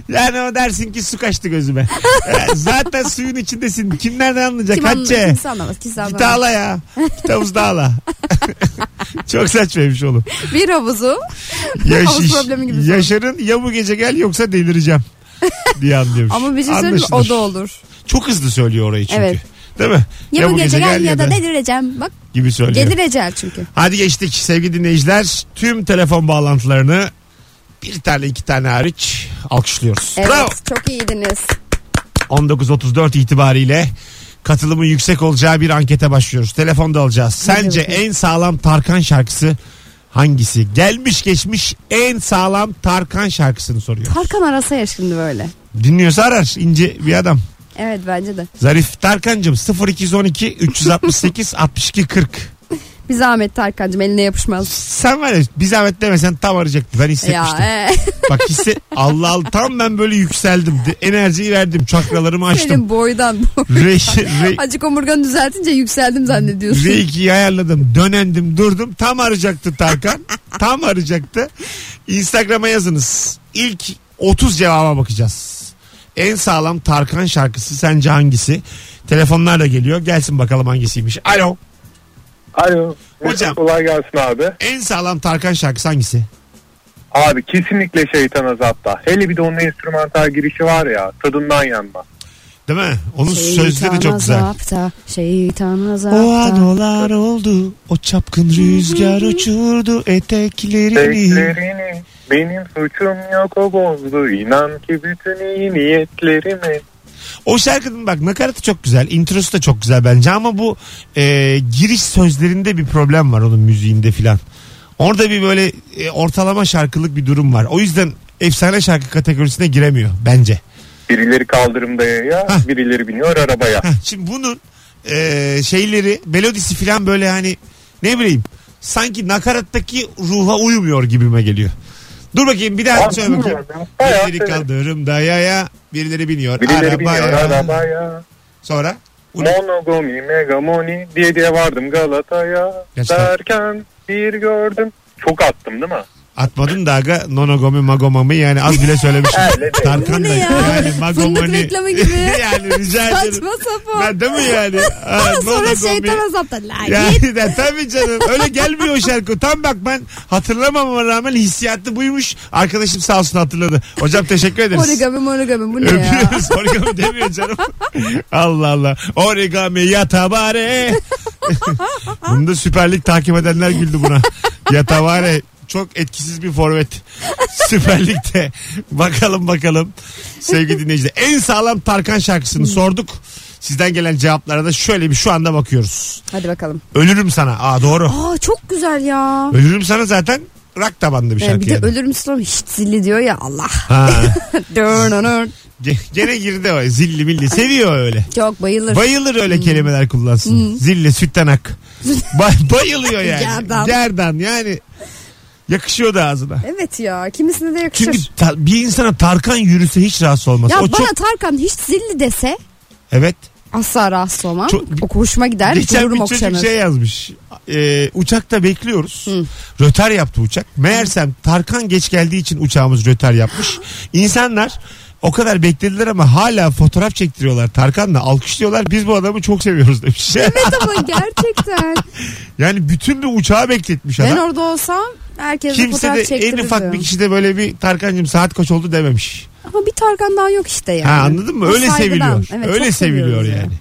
[SPEAKER 2] Yani o dersin ki su kaçtı gözüme. Ee, Zaten suyun içindesin. Kim nereden anlayacak?
[SPEAKER 3] kim anlamaz?
[SPEAKER 2] Hatice.
[SPEAKER 3] Kimse anlamaz. Kimse
[SPEAKER 2] Git
[SPEAKER 3] anlamaz.
[SPEAKER 2] ağla ya. Git havuzda ağla. Çok saçmaymış oğlum.
[SPEAKER 3] Bir havuzu.
[SPEAKER 2] Yaş,
[SPEAKER 3] Havuz problemi gibi sorun.
[SPEAKER 2] Yaşar'ın ya bu gece gel yoksa delireceğim diye anlıyormuş.
[SPEAKER 3] Ama bir şey söyleyeyim mi? o
[SPEAKER 2] Anlaşılır.
[SPEAKER 3] da olur.
[SPEAKER 2] Çok hızlı söylüyor orayı çünkü.
[SPEAKER 3] Evet.
[SPEAKER 2] Değil mi?
[SPEAKER 3] Ya, bu gece gel ya da delireceğim. Bak
[SPEAKER 2] gibi söylüyor.
[SPEAKER 3] delireceğim çünkü.
[SPEAKER 2] Hadi geçtik sevgili dinleyiciler. Tüm telefon bağlantılarını bir tane iki tane hariç alkışlıyoruz.
[SPEAKER 3] Evet
[SPEAKER 2] Bravo.
[SPEAKER 3] çok iyiydiniz.
[SPEAKER 2] 19.34 itibariyle katılımın yüksek olacağı bir ankete başlıyoruz. Telefonda alacağız. Sence en sağlam Tarkan şarkısı hangisi? Gelmiş geçmiş en sağlam Tarkan şarkısını soruyor.
[SPEAKER 3] Tarkan arasa ya şimdi böyle.
[SPEAKER 2] Dinliyorsa arar ince bir adam.
[SPEAKER 3] Evet bence de.
[SPEAKER 2] Zarif Tarkan'cım 0212 368 62 40.
[SPEAKER 3] Bir zahmet Tarkan'cığım eline yapışmaz.
[SPEAKER 2] Sen var ya bir zahmet demesen tam arayacaktı. Ben
[SPEAKER 3] Ya
[SPEAKER 2] hissetmiştim.
[SPEAKER 3] e,
[SPEAKER 2] Bak hisse Allah Allah tam ben böyle yükseldim. De- Enerjiyi verdim. Çakralarımı açtım.
[SPEAKER 3] senin boydan boy.
[SPEAKER 2] Reiki, re,
[SPEAKER 3] Acık omurganı düzeltince yükseldim zannediyorsun.
[SPEAKER 2] reiki'yi ayarladım. Dönendim durdum. Tam arayacaktı Tarkan. tam arayacaktı. Instagram'a yazınız. İlk 30 cevaba bakacağız. En sağlam Tarkan şarkısı sence hangisi? Telefonlar da geliyor. Gelsin bakalım hangisiymiş. Alo.
[SPEAKER 7] Alo.
[SPEAKER 2] Hocam.
[SPEAKER 7] Kolay gelsin abi.
[SPEAKER 2] En sağlam Tarkan şarkısı hangisi?
[SPEAKER 7] Abi kesinlikle şeytan azapta. Hele bir de onun enstrümantal girişi var ya tadından yanma.
[SPEAKER 2] Değil mi? Onun
[SPEAKER 3] Şey,
[SPEAKER 2] sözleri de çok güzel.
[SPEAKER 3] azapta, şeytan
[SPEAKER 2] O
[SPEAKER 3] azapta.
[SPEAKER 2] anolar oldu. O çapkın rüzgar uçurdu eteklerini.
[SPEAKER 7] Beklerini benim suçum yok o bozdu. İnan ki bütün iyi niyetlerimi.
[SPEAKER 2] O şarkının bak nakaratı çok güzel. Introsu da çok güzel bence ama bu e, giriş sözlerinde bir problem var onun müziğinde filan. Orada bir böyle e, ortalama şarkılık bir durum var. O yüzden efsane şarkı kategorisine giremiyor bence.
[SPEAKER 7] Birileri kaldırımda ya,
[SPEAKER 2] Hah.
[SPEAKER 7] birileri biniyor arabaya.
[SPEAKER 2] Heh, şimdi bunun e, şeyleri melodisi filan böyle hani ne bileyim sanki nakarattaki ruha uymuyor gibime geliyor. Dur bakayım bir daha
[SPEAKER 7] Abi,
[SPEAKER 2] söyle bakayım.
[SPEAKER 7] bilmiyorum ya. Bayağı
[SPEAKER 2] Birileri
[SPEAKER 7] severim.
[SPEAKER 2] kaldırımda yaya birileri biniyor
[SPEAKER 7] Birileri
[SPEAKER 2] arabaya.
[SPEAKER 7] biniyor arabaya.
[SPEAKER 2] Sonra
[SPEAKER 7] Monogami, megamoni diye diye vardım Galata'ya.
[SPEAKER 2] Gerçekten.
[SPEAKER 7] Derken bir gördüm. Çok attım değil mi?
[SPEAKER 2] atmadın da aga nonogomi magomami yani az bile söylemişim.
[SPEAKER 7] Öyle değil.
[SPEAKER 2] Tarkan
[SPEAKER 3] Bu
[SPEAKER 2] da
[SPEAKER 3] ne ya?
[SPEAKER 2] yani
[SPEAKER 3] Fındık
[SPEAKER 2] magomani.
[SPEAKER 3] reklamı gibi.
[SPEAKER 2] yani rica ederim.
[SPEAKER 3] Saçma sapan.
[SPEAKER 2] Ben değil mi yani? Ha,
[SPEAKER 3] Sonra
[SPEAKER 2] nonogomi.
[SPEAKER 3] şeytan azapta. La git.
[SPEAKER 2] Yani de, tabii canım öyle gelmiyor o şarkı. Tam bak ben hatırlamama rağmen hissiyatı buymuş. Arkadaşım sağ olsun hatırladı. Hocam teşekkür ederiz.
[SPEAKER 3] Origami morigami bu ne ya?
[SPEAKER 2] Öpüyoruz origami demiyor canım. Allah Allah. Origami yatabare. Bunu da Süper Lig takip edenler güldü buna. Yatabare. Çok etkisiz bir forvet. Süper Lig'de. Bakalım bakalım. Sevgili dinleyiciler. En sağlam Tarkan
[SPEAKER 3] Hmm.
[SPEAKER 2] şarkısını sorduk. Sizden gelen cevaplara da şöyle bir şu anda bakıyoruz.
[SPEAKER 3] Hadi bakalım.
[SPEAKER 2] Ölürüm sana. Aa doğru.
[SPEAKER 3] Aa çok güzel ya.
[SPEAKER 2] Ölürüm sana zaten rak tabanlı bir
[SPEAKER 3] Ee,
[SPEAKER 2] şarkı.
[SPEAKER 3] bir de
[SPEAKER 2] yani.
[SPEAKER 3] ölürüm sonra hiç zilli diyor ya Allah.
[SPEAKER 2] Ha.
[SPEAKER 3] Dön, dön, dön.
[SPEAKER 2] Ge- Gene girdi o zilli milli. Seviyor öyle.
[SPEAKER 3] Çok bayılır.
[SPEAKER 2] Bayılır
[SPEAKER 3] Hmm.
[SPEAKER 2] öyle kelimeler kullansın. Zilli, sütten ak. Ba- bayılıyor yani. Gerdan.
[SPEAKER 3] Gerdan.
[SPEAKER 2] yani. Yakışıyor da ağzına.
[SPEAKER 3] evet ya kimisine de yakışır.
[SPEAKER 2] Çünkü ta- bir insana Tarkan yürüse hiç rahatsız olmaz.
[SPEAKER 3] ya
[SPEAKER 2] o
[SPEAKER 3] bana
[SPEAKER 2] çok
[SPEAKER 3] Tarkan hiç zilli dese
[SPEAKER 2] evet.
[SPEAKER 3] asla rahatsız olmam.
[SPEAKER 2] Çok-
[SPEAKER 3] Oku hoşuma gider.
[SPEAKER 2] Geçen bir
[SPEAKER 3] Dururum
[SPEAKER 2] çocuk
[SPEAKER 3] okşanır.
[SPEAKER 2] şey yazmış. Ee, uçakta bekliyoruz. Röter yaptı uçak. Meğersem Tarkan geç geldiği için uçağımız röter yapmış. İnsanlar o kadar beklediler ama hala fotoğraf çektiriyorlar Tarkan'la alkışlıyorlar. Biz bu adamı çok seviyoruz demiş.
[SPEAKER 3] Evet ama gerçekten.
[SPEAKER 2] yani bütün bir uçağı bekletmiş
[SPEAKER 3] ben
[SPEAKER 2] adam.
[SPEAKER 3] orada olsam herkese
[SPEAKER 2] Kimse
[SPEAKER 3] fotoğraf
[SPEAKER 2] de en
[SPEAKER 3] çektirirdim.
[SPEAKER 2] ufak bir kişi de böyle bir Tarkan'cığım saat kaç oldu dememiş.
[SPEAKER 3] Ama bir Tarkan daha yok işte yani.
[SPEAKER 2] Ha, anladın mı?
[SPEAKER 3] O
[SPEAKER 2] Öyle
[SPEAKER 3] saygıdan.
[SPEAKER 2] seviliyor.
[SPEAKER 3] Evet,
[SPEAKER 2] Öyle
[SPEAKER 3] çok
[SPEAKER 2] seviliyor
[SPEAKER 3] seviyoruz
[SPEAKER 2] yani.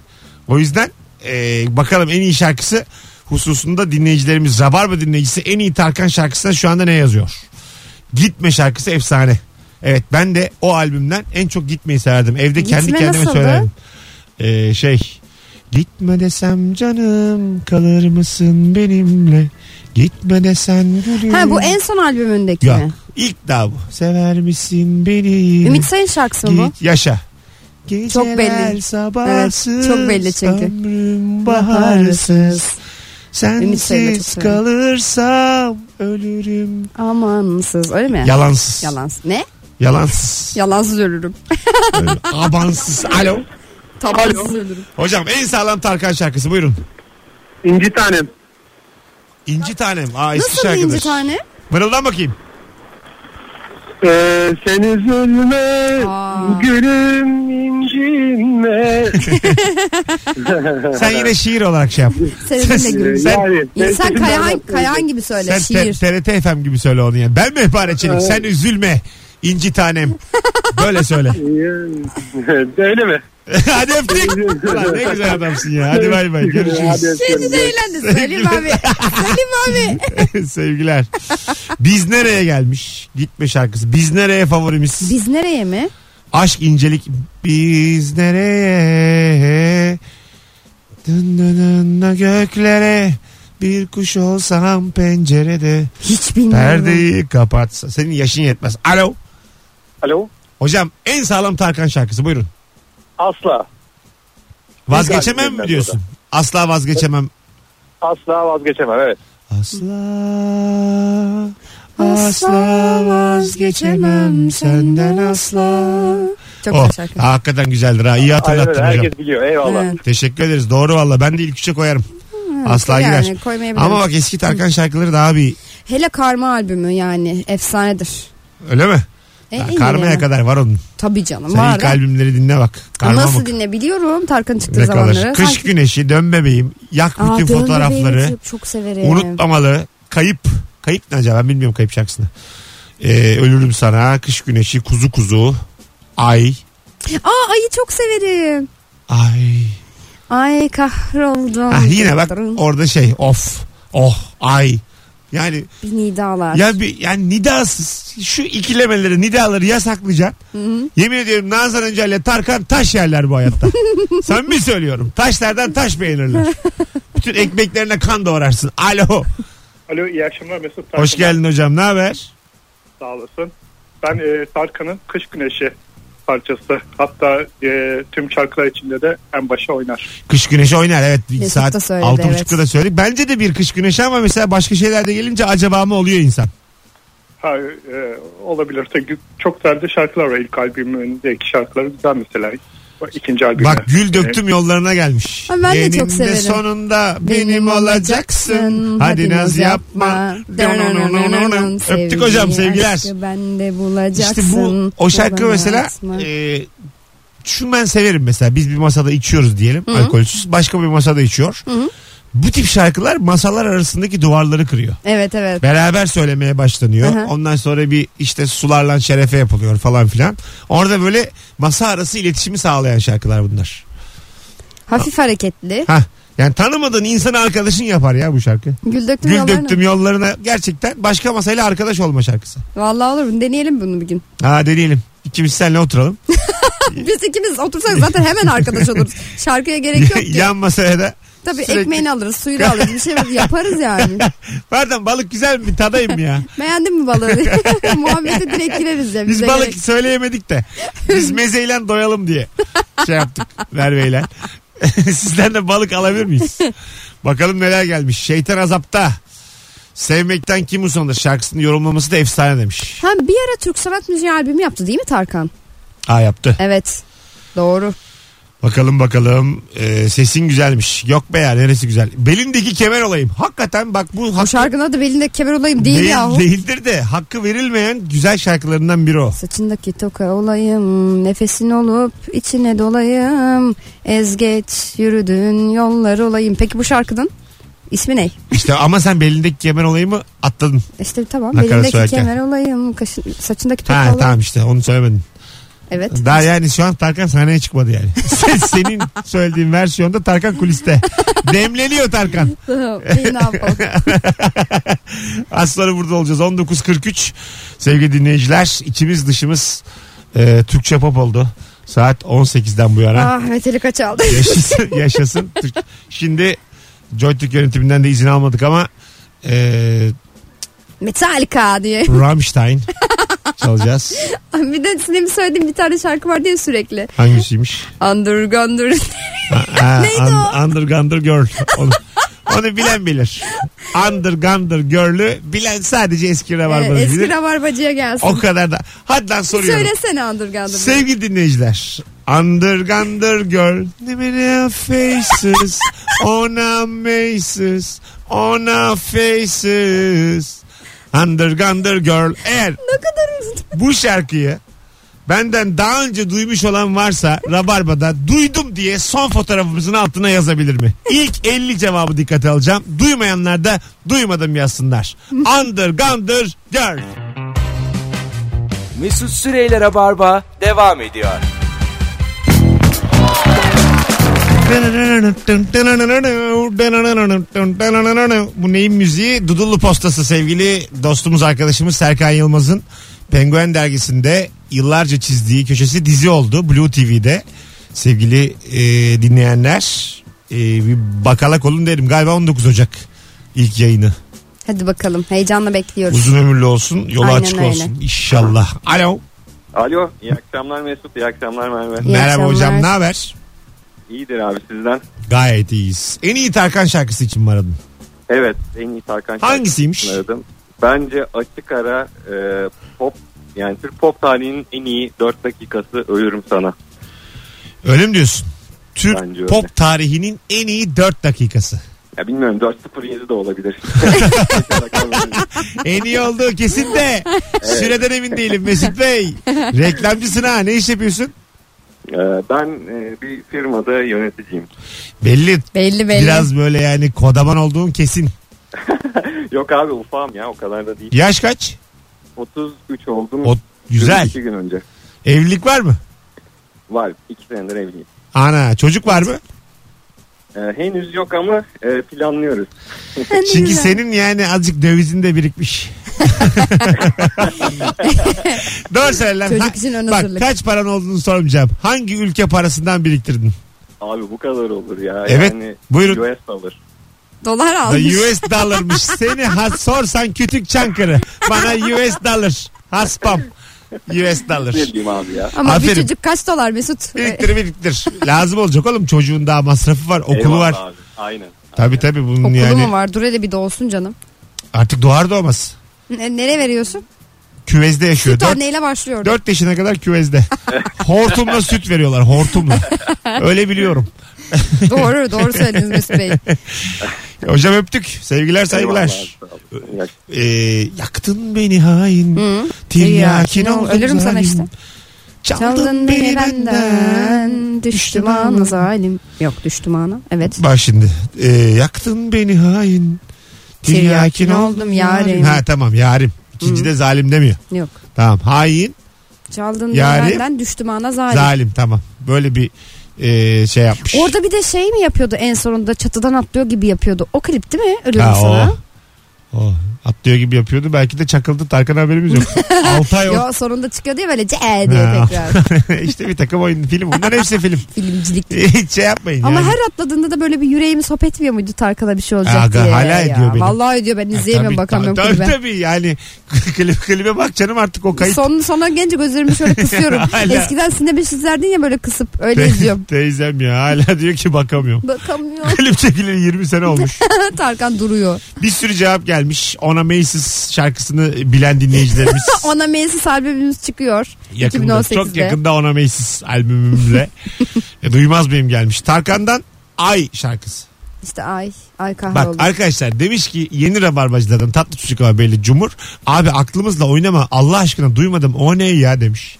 [SPEAKER 2] O yüzden e, bakalım en iyi şarkısı hususunda dinleyicilerimiz Rabarba dinleyicisi en iyi Tarkan şarkısına şu anda ne yazıyor? Gitme şarkısı efsane. Evet ben de o albümden en çok gitmeyi severdim. Evde kendi
[SPEAKER 3] Gitme
[SPEAKER 2] kendime
[SPEAKER 3] nasıldı?
[SPEAKER 2] söylerdim. E, şey gitme desem canım kalır mısın benimle? Gitme desen gülüm.
[SPEAKER 3] Ha bu en son albümündeki
[SPEAKER 2] Yok.
[SPEAKER 3] mi?
[SPEAKER 2] İlk daha bu. Sever misin beni?
[SPEAKER 3] Ümit Sayın şarkısı mı bu?
[SPEAKER 2] Git yaşa.
[SPEAKER 3] Çok
[SPEAKER 2] Geceler
[SPEAKER 3] belli.
[SPEAKER 2] sabahsız,
[SPEAKER 3] Evet, çok belli çünkü.
[SPEAKER 2] Ömrüm baharsız.
[SPEAKER 3] Sayın'la
[SPEAKER 2] Sensiz
[SPEAKER 3] çok severim.
[SPEAKER 2] kalırsam ölürüm.
[SPEAKER 3] Amansız öyle mi?
[SPEAKER 2] Yalansız.
[SPEAKER 3] Yalansız. Ne?
[SPEAKER 2] Yalansız.
[SPEAKER 3] Yalansız ölürüm.
[SPEAKER 2] Öyle. Abansız. Alo.
[SPEAKER 3] Tabansız ölürüm.
[SPEAKER 2] Hocam en sağlam Tarkan şarkısı buyurun.
[SPEAKER 7] İnci tanem.
[SPEAKER 2] İnci tanem. Aa, eski
[SPEAKER 3] Nasıl
[SPEAKER 2] şarkıdır.
[SPEAKER 3] inci tane?
[SPEAKER 2] Mırıldan bakayım.
[SPEAKER 7] Ee, sen üzülme
[SPEAKER 3] Aa.
[SPEAKER 7] gülüm incinme.
[SPEAKER 2] Sen yine şiir olarak şey yap.
[SPEAKER 3] Seninle gülüm.
[SPEAKER 2] Sen-
[SPEAKER 7] E, yani,
[SPEAKER 3] İnsan
[SPEAKER 7] ben-
[SPEAKER 3] Kayahan, Kayahan gibi söyle
[SPEAKER 2] Sen te-
[SPEAKER 3] şiir.
[SPEAKER 2] TRT FM gibi söyle onu yani. Ben mi Hepare Çelik? Sen üzülme. İnci tanem. Böyle söyle.
[SPEAKER 7] Yani, Öyle mi?
[SPEAKER 2] Hadi öptük. Ulan ne güzel adamsın ya. Hadi bay bay.
[SPEAKER 7] Hadi
[SPEAKER 2] Görüşürüz.
[SPEAKER 7] öpüyorum.
[SPEAKER 3] Şimdi de eğlendi Selim abi. Selim abi.
[SPEAKER 2] Sevgiler. Biz nereye gelmiş? Gitme şarkısı. Biz nereye favorimiz?
[SPEAKER 3] Biz nereye mi?
[SPEAKER 2] Aşk incelik. Biz nereye? Dın dın dın dın göklere. Bir kuş olsam pencerede.
[SPEAKER 3] Hiç bilmiyorum.
[SPEAKER 2] Perdeyi kapatsa. Senin yaşın yetmez. Alo.
[SPEAKER 4] Alo.
[SPEAKER 2] Hocam en sağlam Tarkan şarkısı buyurun.
[SPEAKER 4] Asla.
[SPEAKER 2] Vazgeçemem
[SPEAKER 4] Güzel,
[SPEAKER 2] mi diyorsun? Asla vazgeçemem.
[SPEAKER 4] Asla vazgeçemem evet.
[SPEAKER 2] Asla asla vazgeçemem senden asla.
[SPEAKER 3] Çok
[SPEAKER 2] Oh,
[SPEAKER 3] güzel şarkı.
[SPEAKER 2] hakikaten güzeldir ha. İyi
[SPEAKER 4] Aynen öyle
[SPEAKER 2] hatırlattın hocam.
[SPEAKER 4] herkes biliyor eyvallah.
[SPEAKER 3] Evet.
[SPEAKER 2] Teşekkür ederiz. Doğru valla. Ben de ilk üçe koyarım. Asla
[SPEAKER 3] Hmm, yani
[SPEAKER 2] girer.
[SPEAKER 3] koymayabilirim.
[SPEAKER 2] Ama bak eski Tarkan şarkıları daha bir
[SPEAKER 3] Hele Karma albümü yani efsanedir.
[SPEAKER 2] öyle mi?
[SPEAKER 3] E,
[SPEAKER 2] Ha,
[SPEAKER 3] en
[SPEAKER 2] Karmaya
[SPEAKER 3] yeni.
[SPEAKER 2] kadar var onun.
[SPEAKER 3] Tabii canım
[SPEAKER 2] Sen
[SPEAKER 3] var.
[SPEAKER 2] ilk albümleri dinle bak. Karma
[SPEAKER 3] Nasıl
[SPEAKER 2] bak.
[SPEAKER 3] dinleyebiliyorum Tarkan çıktığı
[SPEAKER 2] Ne kadar.
[SPEAKER 3] zamanları.
[SPEAKER 2] Kış
[SPEAKER 3] Sanki-
[SPEAKER 2] güneşi, dön bebeğim, yak
[SPEAKER 3] Aa,
[SPEAKER 2] bütün
[SPEAKER 3] Dön
[SPEAKER 2] fotoğrafları,
[SPEAKER 3] Bebeğimi çok severim.
[SPEAKER 2] unutmamalı, kayıp. Kayıp ne acaba ben bilmiyorum kayıp şarkısını. Ee, ölürüm sana, kış güneşi, kuzu kuzu, ay,
[SPEAKER 3] Aa ayı çok severim.
[SPEAKER 2] ay.
[SPEAKER 3] Ay kahroldum.
[SPEAKER 2] Ah, yine bak orada şey of, oh, ay. Yani
[SPEAKER 3] Bir nidalar.
[SPEAKER 2] ya bir yani nidasız şu ikilemeleri nidaları yasaklayacaksın. Yemin ediyorum Nazan Öncel ile Tarkan taş yerler bu hayatta. Sen mi söylüyorum? Taşlardan taş beğenirler. Bütün ekmeklerine kan doğrarsın. Alo.
[SPEAKER 10] Alo iyi akşamlar Mesut Tarkan.
[SPEAKER 2] Hoş geldin hocam. Ne haber?
[SPEAKER 10] Sağ olasın. Ben e, Tarkan'ın Kış Güneşi parçası. Hatta e, tüm şarkılar içinde de en başa oynar.
[SPEAKER 2] Kış güneşi oynar evet. Bir
[SPEAKER 3] Mesut
[SPEAKER 2] saat
[SPEAKER 3] da söyledi,
[SPEAKER 2] altı
[SPEAKER 3] evet.
[SPEAKER 2] buçukta da söyledik. Bence de bir kış güneşi ama mesela başka şeylerde gelince acaba mı oluyor insan?
[SPEAKER 10] Ha, e, olabilir. Tabii çok güzel şarkılar var. İlk albümündeki şarkıları güzel mesela. İkinci albümü.
[SPEAKER 2] Bak gül döktüm yollarına gelmiş.
[SPEAKER 3] Ama ben de
[SPEAKER 2] Eninde
[SPEAKER 3] çok severim.
[SPEAKER 2] sonunda benim, olacaksın. Hadi naz yapma. Öptük hocam sevgiler.
[SPEAKER 3] Ben de bulacaksın.
[SPEAKER 2] İşte bu o şarkı
[SPEAKER 3] Bana
[SPEAKER 2] mesela
[SPEAKER 3] asma.
[SPEAKER 2] e, şunu ben severim mesela biz bir masada içiyoruz diyelim alkolsüz başka bir masada içiyor. Bu tip şarkılar masalar arasındaki duvarları kırıyor.
[SPEAKER 3] Evet evet.
[SPEAKER 2] Beraber söylemeye başlanıyor.
[SPEAKER 3] Aha.
[SPEAKER 2] Ondan sonra bir işte sularla şerefe yapılıyor falan filan. Orada böyle masa arası iletişimi sağlayan şarkılar bunlar.
[SPEAKER 3] Hafif hareketli.
[SPEAKER 2] Hah. Yani tanımadığın insanı arkadaşın yapar ya bu şarkı.
[SPEAKER 3] Gül döktüm
[SPEAKER 2] Gül
[SPEAKER 3] yollarına.
[SPEAKER 2] döktüm yollarına gerçekten başka masayla arkadaş olma şarkısı.
[SPEAKER 3] Vallahi olur mu? Deneyelim bunu bir gün.
[SPEAKER 2] Ha deneyelim. İkimiz seninle oturalım.
[SPEAKER 3] Biz ikimiz otursak zaten hemen arkadaş oluruz. Şarkıya gerek yok ki.
[SPEAKER 2] Yan masaya da
[SPEAKER 3] Tabii
[SPEAKER 2] sürekli-
[SPEAKER 3] ekmeğini alırız, suyunu alırız. Bir şey yaparız yani.
[SPEAKER 2] Pardon balık güzel mi? Bir Tadayım ya.
[SPEAKER 3] Beğendin mi balığı? Muhabbete direkt gireriz ya.
[SPEAKER 2] Biz
[SPEAKER 3] bize
[SPEAKER 2] balık
[SPEAKER 3] gerek-
[SPEAKER 2] söyleyemedik de. Biz mezeyle doyalım diye şey yaptık. Merve'yle. Sizden de balık alabilir miyiz? Bakalım neler gelmiş. Şeytan azapta. Sevmekten kim usanır şarkısının yorumlaması da efsane demiş.
[SPEAKER 3] Ha bir ara Türk sanat müziği albümü yaptı değil mi Tarkan?
[SPEAKER 2] Aa yaptı.
[SPEAKER 3] Evet. Doğru.
[SPEAKER 2] Bakalım bakalım. Ee, sesin güzelmiş. Yok be ya neresi güzel. Belindeki kemer olayım. Hakikaten bak bu
[SPEAKER 3] Bu
[SPEAKER 2] hakkı
[SPEAKER 3] şarkının adı belinde kemer olayım değil,
[SPEAKER 2] değil-
[SPEAKER 3] yahu.
[SPEAKER 2] değildir de hakkı verilmeyen güzel şarkılarından biri o.
[SPEAKER 3] Saçındaki toka olayım, nefesin olup içine dolayım, ezgeç yürüdüğün yollar olayım. Peki bu şarkının ismi ne?
[SPEAKER 2] İşte ama sen belindeki kemer olayımı atladın.
[SPEAKER 3] İşte tamam,
[SPEAKER 2] Nakarat
[SPEAKER 3] belindeki
[SPEAKER 2] söylerken.
[SPEAKER 3] kemer olayım, kaşın, saçındaki toka
[SPEAKER 2] Ha
[SPEAKER 3] olayım.
[SPEAKER 2] tamam işte onu söylemedin.
[SPEAKER 3] Evet.
[SPEAKER 2] Daha yani şu an Tarkan sahneye çıkmadı yani. Sen- Senin söylediğin versiyonda Tarkan kuliste. Demleniyor Tarkan.
[SPEAKER 3] İyi, ne yapalım?
[SPEAKER 2] Az sonra burada olacağız. 19.43 sevgili dinleyiciler. içimiz dışımız e, Türkçe pop oldu. Saat 18'den bu yana.
[SPEAKER 3] ah Metallica çaldı.
[SPEAKER 2] yaşasın. yaşasın. Türk- Şimdi Joytürk yönetiminden de izin almadık ama e,
[SPEAKER 3] Metallica diye. Ah,
[SPEAKER 2] Rammstein çalacağız.
[SPEAKER 3] bir de senin söylediğim bir tane şarkı var diye sürekli.
[SPEAKER 2] Hangisiymiş?
[SPEAKER 3] Andır gandır.
[SPEAKER 2] Ha,
[SPEAKER 3] Neydi
[SPEAKER 2] un- Undergander Girl. Onu, onu bilen bilir. Undergander Girl'ü bilen sadece eski
[SPEAKER 3] Ee,
[SPEAKER 2] rabarbacı
[SPEAKER 3] eski
[SPEAKER 2] bilir.
[SPEAKER 3] rabarbacıya gelsin.
[SPEAKER 2] O kadar da. Hadi lan Ah, soruyorum.
[SPEAKER 3] Söylesene Andır gandır.
[SPEAKER 2] Sevgili dinleyiciler. Undergander Girl. Numara faces. Ona faces. Ona faces. Undergander Girl. Eğer
[SPEAKER 3] ne kadar üzüldüm.
[SPEAKER 2] bu şarkıyı benden daha önce duymuş olan varsa Rabarba'da duydum diye son fotoğrafımızın altına yazabilir mi? İlk 50 cevabı dikkate alacağım. Duymayanlar da duymadım yazsınlar. Under Gander Girl.
[SPEAKER 1] Mesut Süreyler'e barba devam ediyor.
[SPEAKER 2] Bu neyin müziği? Dudullu postası sevgili dostumuz arkadaşımız Serkan Yılmaz'ın Penguen dergisinde yıllarca çizdiği köşesi dizi oldu Blue TV'de. Sevgili e, dinleyenler e, bir bakalak olun derim galiba 19 Ocak ilk yayını.
[SPEAKER 3] Hadi bakalım heyecanla bekliyoruz.
[SPEAKER 2] Uzun ömürlü olsun yolu
[SPEAKER 3] Aynen
[SPEAKER 2] açık
[SPEAKER 3] öyle.
[SPEAKER 2] olsun inşallah. Alo
[SPEAKER 11] Alo, iyi akşamlar Mesut, iyi akşamlar Merve.
[SPEAKER 3] İyi
[SPEAKER 2] merhaba
[SPEAKER 3] akşamlar.
[SPEAKER 2] hocam ne haber?
[SPEAKER 11] İyidir abi sizden.
[SPEAKER 2] Gayet iyiyiz. En iyi Tarkan şarkısı için mi aradın?
[SPEAKER 11] Evet en iyi Tarkan şarkısını
[SPEAKER 2] Hangisiymiş?
[SPEAKER 11] aradım. Bence açık ara e, pop yani Türk pop tarihinin en iyi 4 dakikası ölürüm sana.
[SPEAKER 2] Öyle mi diyorsun? Türk
[SPEAKER 11] Bence öyle.
[SPEAKER 2] pop tarihinin en iyi 4 dakikası.
[SPEAKER 11] Ya bilmiyorum 4.07 de olabilir.
[SPEAKER 2] En iyi olduğu kesin de. Süreden emin değilim Mesut Bey. Reklamcısın ha ne iş yapıyorsun?
[SPEAKER 11] E, ben e, bir firmada yöneticiyim.
[SPEAKER 2] Belli.
[SPEAKER 3] Belli belli.
[SPEAKER 2] Biraz böyle yani kodaman olduğun kesin.
[SPEAKER 11] Yok abi ufağım ya o kadar da değil.
[SPEAKER 2] Yaş kaç?
[SPEAKER 11] 33 oldum.
[SPEAKER 2] O, güzel.
[SPEAKER 11] 2 gün önce.
[SPEAKER 2] Evlilik var mı?
[SPEAKER 11] Var 2 senedir evliyim.
[SPEAKER 2] Ana çocuk var mı?
[SPEAKER 11] E, henüz yok ama e, planlıyoruz.
[SPEAKER 2] Çünkü senin yani azıcık dövizin de birikmiş. Doğru söyle lan.
[SPEAKER 3] Çocuk
[SPEAKER 2] Ha-
[SPEAKER 3] için ön
[SPEAKER 2] Bak
[SPEAKER 3] hazırlık.
[SPEAKER 2] kaç paran olduğunu sormayacağım. Hangi ülke parasından biriktirdin?
[SPEAKER 11] Abi bu kadar olur ya.
[SPEAKER 2] Evet,
[SPEAKER 11] Yani
[SPEAKER 2] buyurun.
[SPEAKER 11] US alır.
[SPEAKER 3] Dolar
[SPEAKER 2] The
[SPEAKER 3] almış.
[SPEAKER 2] US dollar'mış. Seni ha sorsan kütük çankırı. Bana US dollar. Haspam. US
[SPEAKER 11] Ne
[SPEAKER 2] dollar.
[SPEAKER 11] diyeyim abi ya.
[SPEAKER 3] Ama bir
[SPEAKER 2] Aferin. E,
[SPEAKER 3] çocuk kaç dolar Mesut? E,
[SPEAKER 2] Biriktir biriktir. Lazım olacak oğlum çocuğun daha masrafı var, okulu
[SPEAKER 11] Eyvallah
[SPEAKER 2] var.
[SPEAKER 11] Abi. Aynen.
[SPEAKER 2] Tabii tabii bunun
[SPEAKER 3] Okulu
[SPEAKER 2] yani
[SPEAKER 3] mu var? Dur hele bir doğsun canım.
[SPEAKER 2] artık doğar doğmaz.
[SPEAKER 3] Ne, nereye veriyorsun?
[SPEAKER 2] Küvezde yaşıyor.
[SPEAKER 3] Süt
[SPEAKER 2] 4,
[SPEAKER 3] anneyle başlıyor.
[SPEAKER 2] 4 yaşına kadar küvezde. hortumla süt veriyorlar hortumla. Öyle biliyorum.
[SPEAKER 3] doğru doğru söylediniz Mesut Bey.
[SPEAKER 2] Hocam öptük. Sevgiler saygılar.
[SPEAKER 11] Eyvallah abi, sağ olun. İyi akşamlar.
[SPEAKER 2] Ee, yaktın beni hain.
[SPEAKER 3] Hı.
[SPEAKER 2] Tiryakin
[SPEAKER 3] Tiryakin
[SPEAKER 2] oldum
[SPEAKER 3] Ölürüm sana
[SPEAKER 2] zalim.
[SPEAKER 3] işte.
[SPEAKER 2] Çaldın,
[SPEAKER 3] Çaldın beni benden düştüm ana
[SPEAKER 2] zalim.
[SPEAKER 3] zalim. Yok düştüm ana evet.
[SPEAKER 2] Bak şimdi. Ee, yaktın beni hain. Tiryakin oldum yarim. Ha tamam yarim. İkincide zalim demiyor.
[SPEAKER 3] Yok.
[SPEAKER 2] Tamam hain
[SPEAKER 3] Çaldın
[SPEAKER 2] Yani-
[SPEAKER 3] beni benden düştüm ana zalim.
[SPEAKER 2] zalim tamam. Böyle bir e, şey yapmış.
[SPEAKER 3] Orada bir de şey mi yapıyordu en sonunda çatıdan atlıyor gibi yapıyordu. O klip değil mi? Ölürüm
[SPEAKER 2] Ha,
[SPEAKER 3] sana.
[SPEAKER 2] o. O. Atlıyor gibi yapıyordu. Belki de çakıldı. Tarkan haberimiz yok. 6 ay oldu.
[SPEAKER 3] Yo, sonunda çıkıyor diye böyle ce diye
[SPEAKER 2] Ha.
[SPEAKER 3] tekrar.
[SPEAKER 2] işte bir takım oyun film. Bunların hepsi film.
[SPEAKER 3] Filmcilik.
[SPEAKER 2] Hiç şey yapmayın
[SPEAKER 3] Ama
[SPEAKER 2] yani.
[SPEAKER 3] her atladığında da böyle bir yüreğimi sop etmiyor muydu Tarkan'a bir şey olacak
[SPEAKER 2] Aga,
[SPEAKER 3] diye.
[SPEAKER 2] hala
[SPEAKER 3] ya.
[SPEAKER 2] ediyor benim.
[SPEAKER 3] Vallahi ediyor ben
[SPEAKER 2] Ha,
[SPEAKER 3] izleyemiyorum
[SPEAKER 2] tabii,
[SPEAKER 3] bakamıyorum
[SPEAKER 2] tabii,
[SPEAKER 3] kulübe.
[SPEAKER 2] Tabii yani klip, klibe bak canım artık o kayıt.
[SPEAKER 3] Son, sona gelince gözlerimi şöyle kısıyorum.
[SPEAKER 2] Hala.
[SPEAKER 3] Eskiden sinebeş izlerdin ya böyle kısıp öyle
[SPEAKER 2] Te-
[SPEAKER 3] izliyorum.
[SPEAKER 2] Teyzem ya hala diyor ki bakamıyorum.
[SPEAKER 3] Bakamıyorum.
[SPEAKER 2] Klip çekileli 20 sene olmuş.
[SPEAKER 3] Tarkan duruyor.
[SPEAKER 2] Bir sürü cevap gelmiş. Ona Macy's şarkısını bilen dinleyicilerimiz.
[SPEAKER 3] Ona Macy's albümümüz çıkıyor.
[SPEAKER 2] yakında,
[SPEAKER 3] 2018'de.
[SPEAKER 2] çok yakında Ona Macy's albümümle. E, Duymaz mıyım gelmiş. Tarkan'dan Ay şarkısı.
[SPEAKER 3] İşte ay, ay
[SPEAKER 2] Bak
[SPEAKER 3] kahroldu.
[SPEAKER 2] arkadaşlar demiş ki yeni rabarbacılardan tatlı çocuk ama belli cumhur. Abi aklımızla oynama Allah aşkına duymadım o ne ya demiş.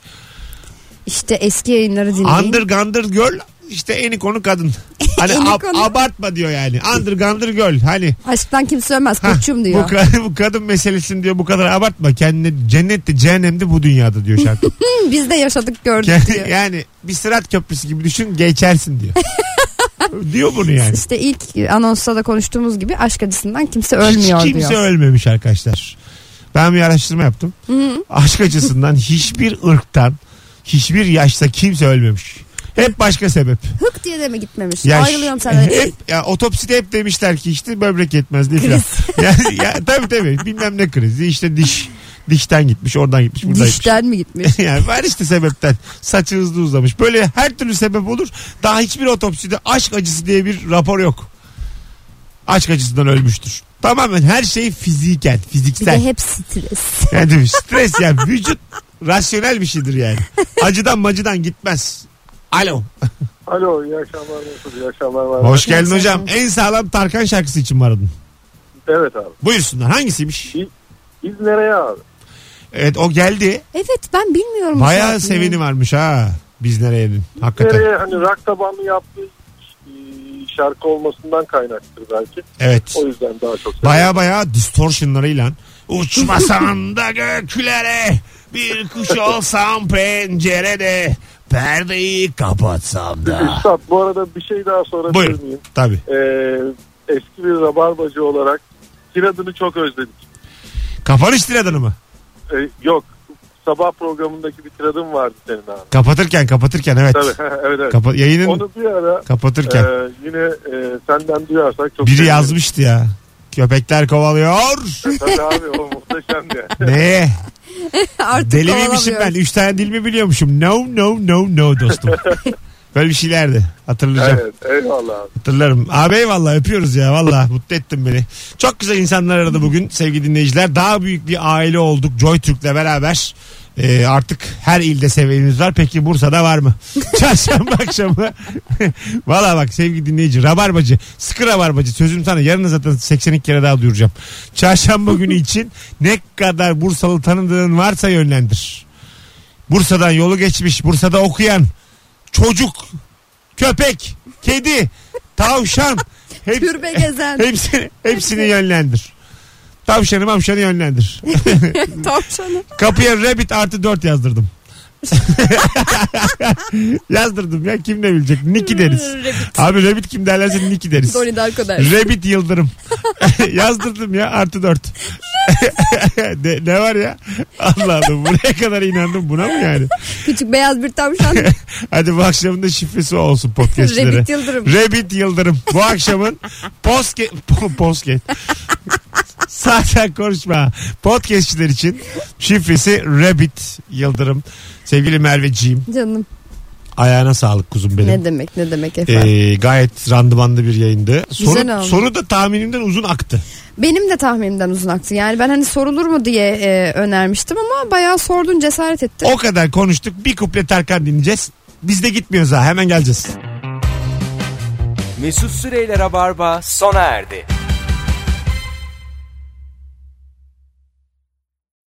[SPEAKER 3] İşte eski yayınları dinleyin.
[SPEAKER 2] Under Gander Girl işte eni konu kadın. Hani
[SPEAKER 3] Eni
[SPEAKER 2] ab-
[SPEAKER 3] konu.
[SPEAKER 2] abartma diyor yani. Under Gander Girl hani.
[SPEAKER 3] Aşktan kimse ölmez
[SPEAKER 2] hah,
[SPEAKER 3] koçum
[SPEAKER 2] Bu,
[SPEAKER 3] diyor.
[SPEAKER 2] ka- bu kadın meselesini diyor bu kadar abartma. Kendine cennette cehennemde bu dünyada diyor şarkı.
[SPEAKER 3] Hı, Biz de yaşadık gördük diyor.
[SPEAKER 2] Kendi- yani bir sırat köprüsü gibi düşün geçersin diyor. diyor bunu yani.
[SPEAKER 3] İşte ilk anonsta da konuştuğumuz gibi aşk acısından kimse
[SPEAKER 2] Hiç
[SPEAKER 3] ölmüyor
[SPEAKER 2] kimse
[SPEAKER 3] diyor.
[SPEAKER 2] ölmemiş arkadaşlar. Ben bir araştırma yaptım.
[SPEAKER 3] Hı.
[SPEAKER 2] Aşk açısından hiçbir ırktan, hiçbir yaşta kimse ölmemiş. Hep başka sebep.
[SPEAKER 3] Hık diye de mi gitmemiş?
[SPEAKER 2] Ya
[SPEAKER 3] Ayrılıyorum
[SPEAKER 2] ş-
[SPEAKER 3] senden.
[SPEAKER 2] Hep, ya otopside hep demişler ki işte böbrek yetmez diye filan. Yani, ya, tabii tabii bilmem ne krizi işte diş. Dişten gitmiş oradan gitmiş buradan gitmiş.
[SPEAKER 3] Dişten mi gitmiş?
[SPEAKER 2] yani var işte sebepten. Saçı hızlı uzamış. Böyle her türlü sebep olur. Daha hiçbir otopside aşk acısı diye bir rapor yok. Aşk acısından ölmüştür. Tamamen her şey fiziken,
[SPEAKER 3] Bir de
[SPEAKER 2] fiziksel.
[SPEAKER 3] hep stres.
[SPEAKER 2] Yani değil mi? stres yani vücut rasyonel bir şeydir yani. Acıdan macıdan gitmez. Alo.
[SPEAKER 7] Alo iyi akşamlar Mesut iyi akşamlar. Merve.
[SPEAKER 2] Hoş geldin hocam. En sağlam Tarkan şarkısı için mi aradın?
[SPEAKER 7] Evet abi.
[SPEAKER 2] Buyursunlar. Hangisiymiş?
[SPEAKER 7] Biz nereye abi?
[SPEAKER 2] Evet o geldi.
[SPEAKER 3] Evet ben bilmiyorum.
[SPEAKER 2] Bayağı
[SPEAKER 3] şarkıyı.
[SPEAKER 2] seveni varmış ha. Biz nereye'nin. Hakikaten.
[SPEAKER 7] Nereye hani rock tabanlı yaptığı e, şarkı olmasından kaynaktır belki.
[SPEAKER 2] Evet.
[SPEAKER 7] O yüzden daha çok seviyorum.
[SPEAKER 2] Baya baya distortionlarıyla uçmasan da göklere bir kuş olsam pencerede perdeyi kapatsam da.
[SPEAKER 7] Üstad bu arada bir şey daha sorabilir
[SPEAKER 2] Buyur.
[SPEAKER 7] miyim?
[SPEAKER 2] Tabii.
[SPEAKER 7] Ee, eski bir rabarbacı olarak Tiradını çok özledik.
[SPEAKER 2] Kapanış tiradını mı?
[SPEAKER 7] Ee, yok sabah programındaki bir tiradın vardı senin abi.
[SPEAKER 2] Kapatırken kapatırken evet.
[SPEAKER 7] Tabii evet evet.
[SPEAKER 2] Kapa- yayının
[SPEAKER 7] Onu bir ara
[SPEAKER 2] kapatırken.
[SPEAKER 7] e, yine e, senden duyarsak çok
[SPEAKER 2] Biri
[SPEAKER 7] sevinirim.
[SPEAKER 2] yazmıştı ya. Köpekler kovalıyor.
[SPEAKER 7] Tabii abi o muhteşemdi.
[SPEAKER 2] Neye?
[SPEAKER 3] Artık
[SPEAKER 2] Deli miymişim ben?
[SPEAKER 3] kovalamıyorum.
[SPEAKER 2] Üç tane dil mi biliyormuşum? No no no no dostum. Böyle bir şeylerdi. Hatırlayacağım.
[SPEAKER 7] Evet, eyvallah abi.
[SPEAKER 2] Hatırlarım. Abi eyvallah öpüyoruz ya valla mutlu ettin beni. Çok güzel insanlar aradı bugün sevgili dinleyiciler. Daha büyük bir aile olduk Joy Türk'le beraber. Ee, artık her ilde sevenimiz var. Peki Bursa'da var mı? Çarşamba akşamı. valla bak sevgili dinleyici rabarbacı sıkı rabarbacı sözüm sana yarın zaten 82 kere daha duyuracağım. Çarşamba günü için ne kadar Bursalı tanıdığın varsa yönlendir. Bursa'dan yolu geçmiş, Bursa'da okuyan, çocuk, köpek, kedi, tavşan. hep-
[SPEAKER 3] Türbe gezen.
[SPEAKER 2] Hepsini, hepsini yönlendir. Tavşanı mamşanı yönlendir.
[SPEAKER 3] Tavşanı.
[SPEAKER 2] Kapıya rabbit artı 4 yazdırdım. yazdırdım ya kim ne bilecek Niki deriz.
[SPEAKER 12] Rabbit.
[SPEAKER 2] Abi rabbit kim derlerse Niki deriz.
[SPEAKER 12] Donnie Darko der.
[SPEAKER 2] Rabbit Yıldırım. Yazdırdım ya artı 4. ne, ne var ya? Allah'ım buraya kadar inandım buna mı yani?
[SPEAKER 3] Küçük beyaz bir tavşan.
[SPEAKER 2] Hadi bu akşamın da şifresi o olsun podcastlere.
[SPEAKER 3] Rabbit Yıldırım.
[SPEAKER 2] Rabbit Yıldırım. Bu akşamın poske, po- posket. Zaten konuşma. Podcastçiler için şifresi Rabbit Yıldırım. Sevgili Merveciğim
[SPEAKER 3] Canım.
[SPEAKER 2] ayağına sağlık kuzum benim.
[SPEAKER 3] Ne demek ne demek efendim.
[SPEAKER 2] Ee, gayet randımanlı bir yayındı.
[SPEAKER 3] Güzel
[SPEAKER 2] Soru,
[SPEAKER 3] oldu.
[SPEAKER 2] soru da tahminimden uzun aktı.
[SPEAKER 3] Benim de tahminimden uzun aktı. Yani ben hani sorulur mu diye e, önermiştim ama bayağı sordun cesaret ettin.
[SPEAKER 2] O kadar konuştuk. Bir kuple Tarkan dinleyeceğiz. Biz de gitmiyoruz ha. Hemen geleceğiz.
[SPEAKER 1] Mesut Süreyler'e barba sona erdi.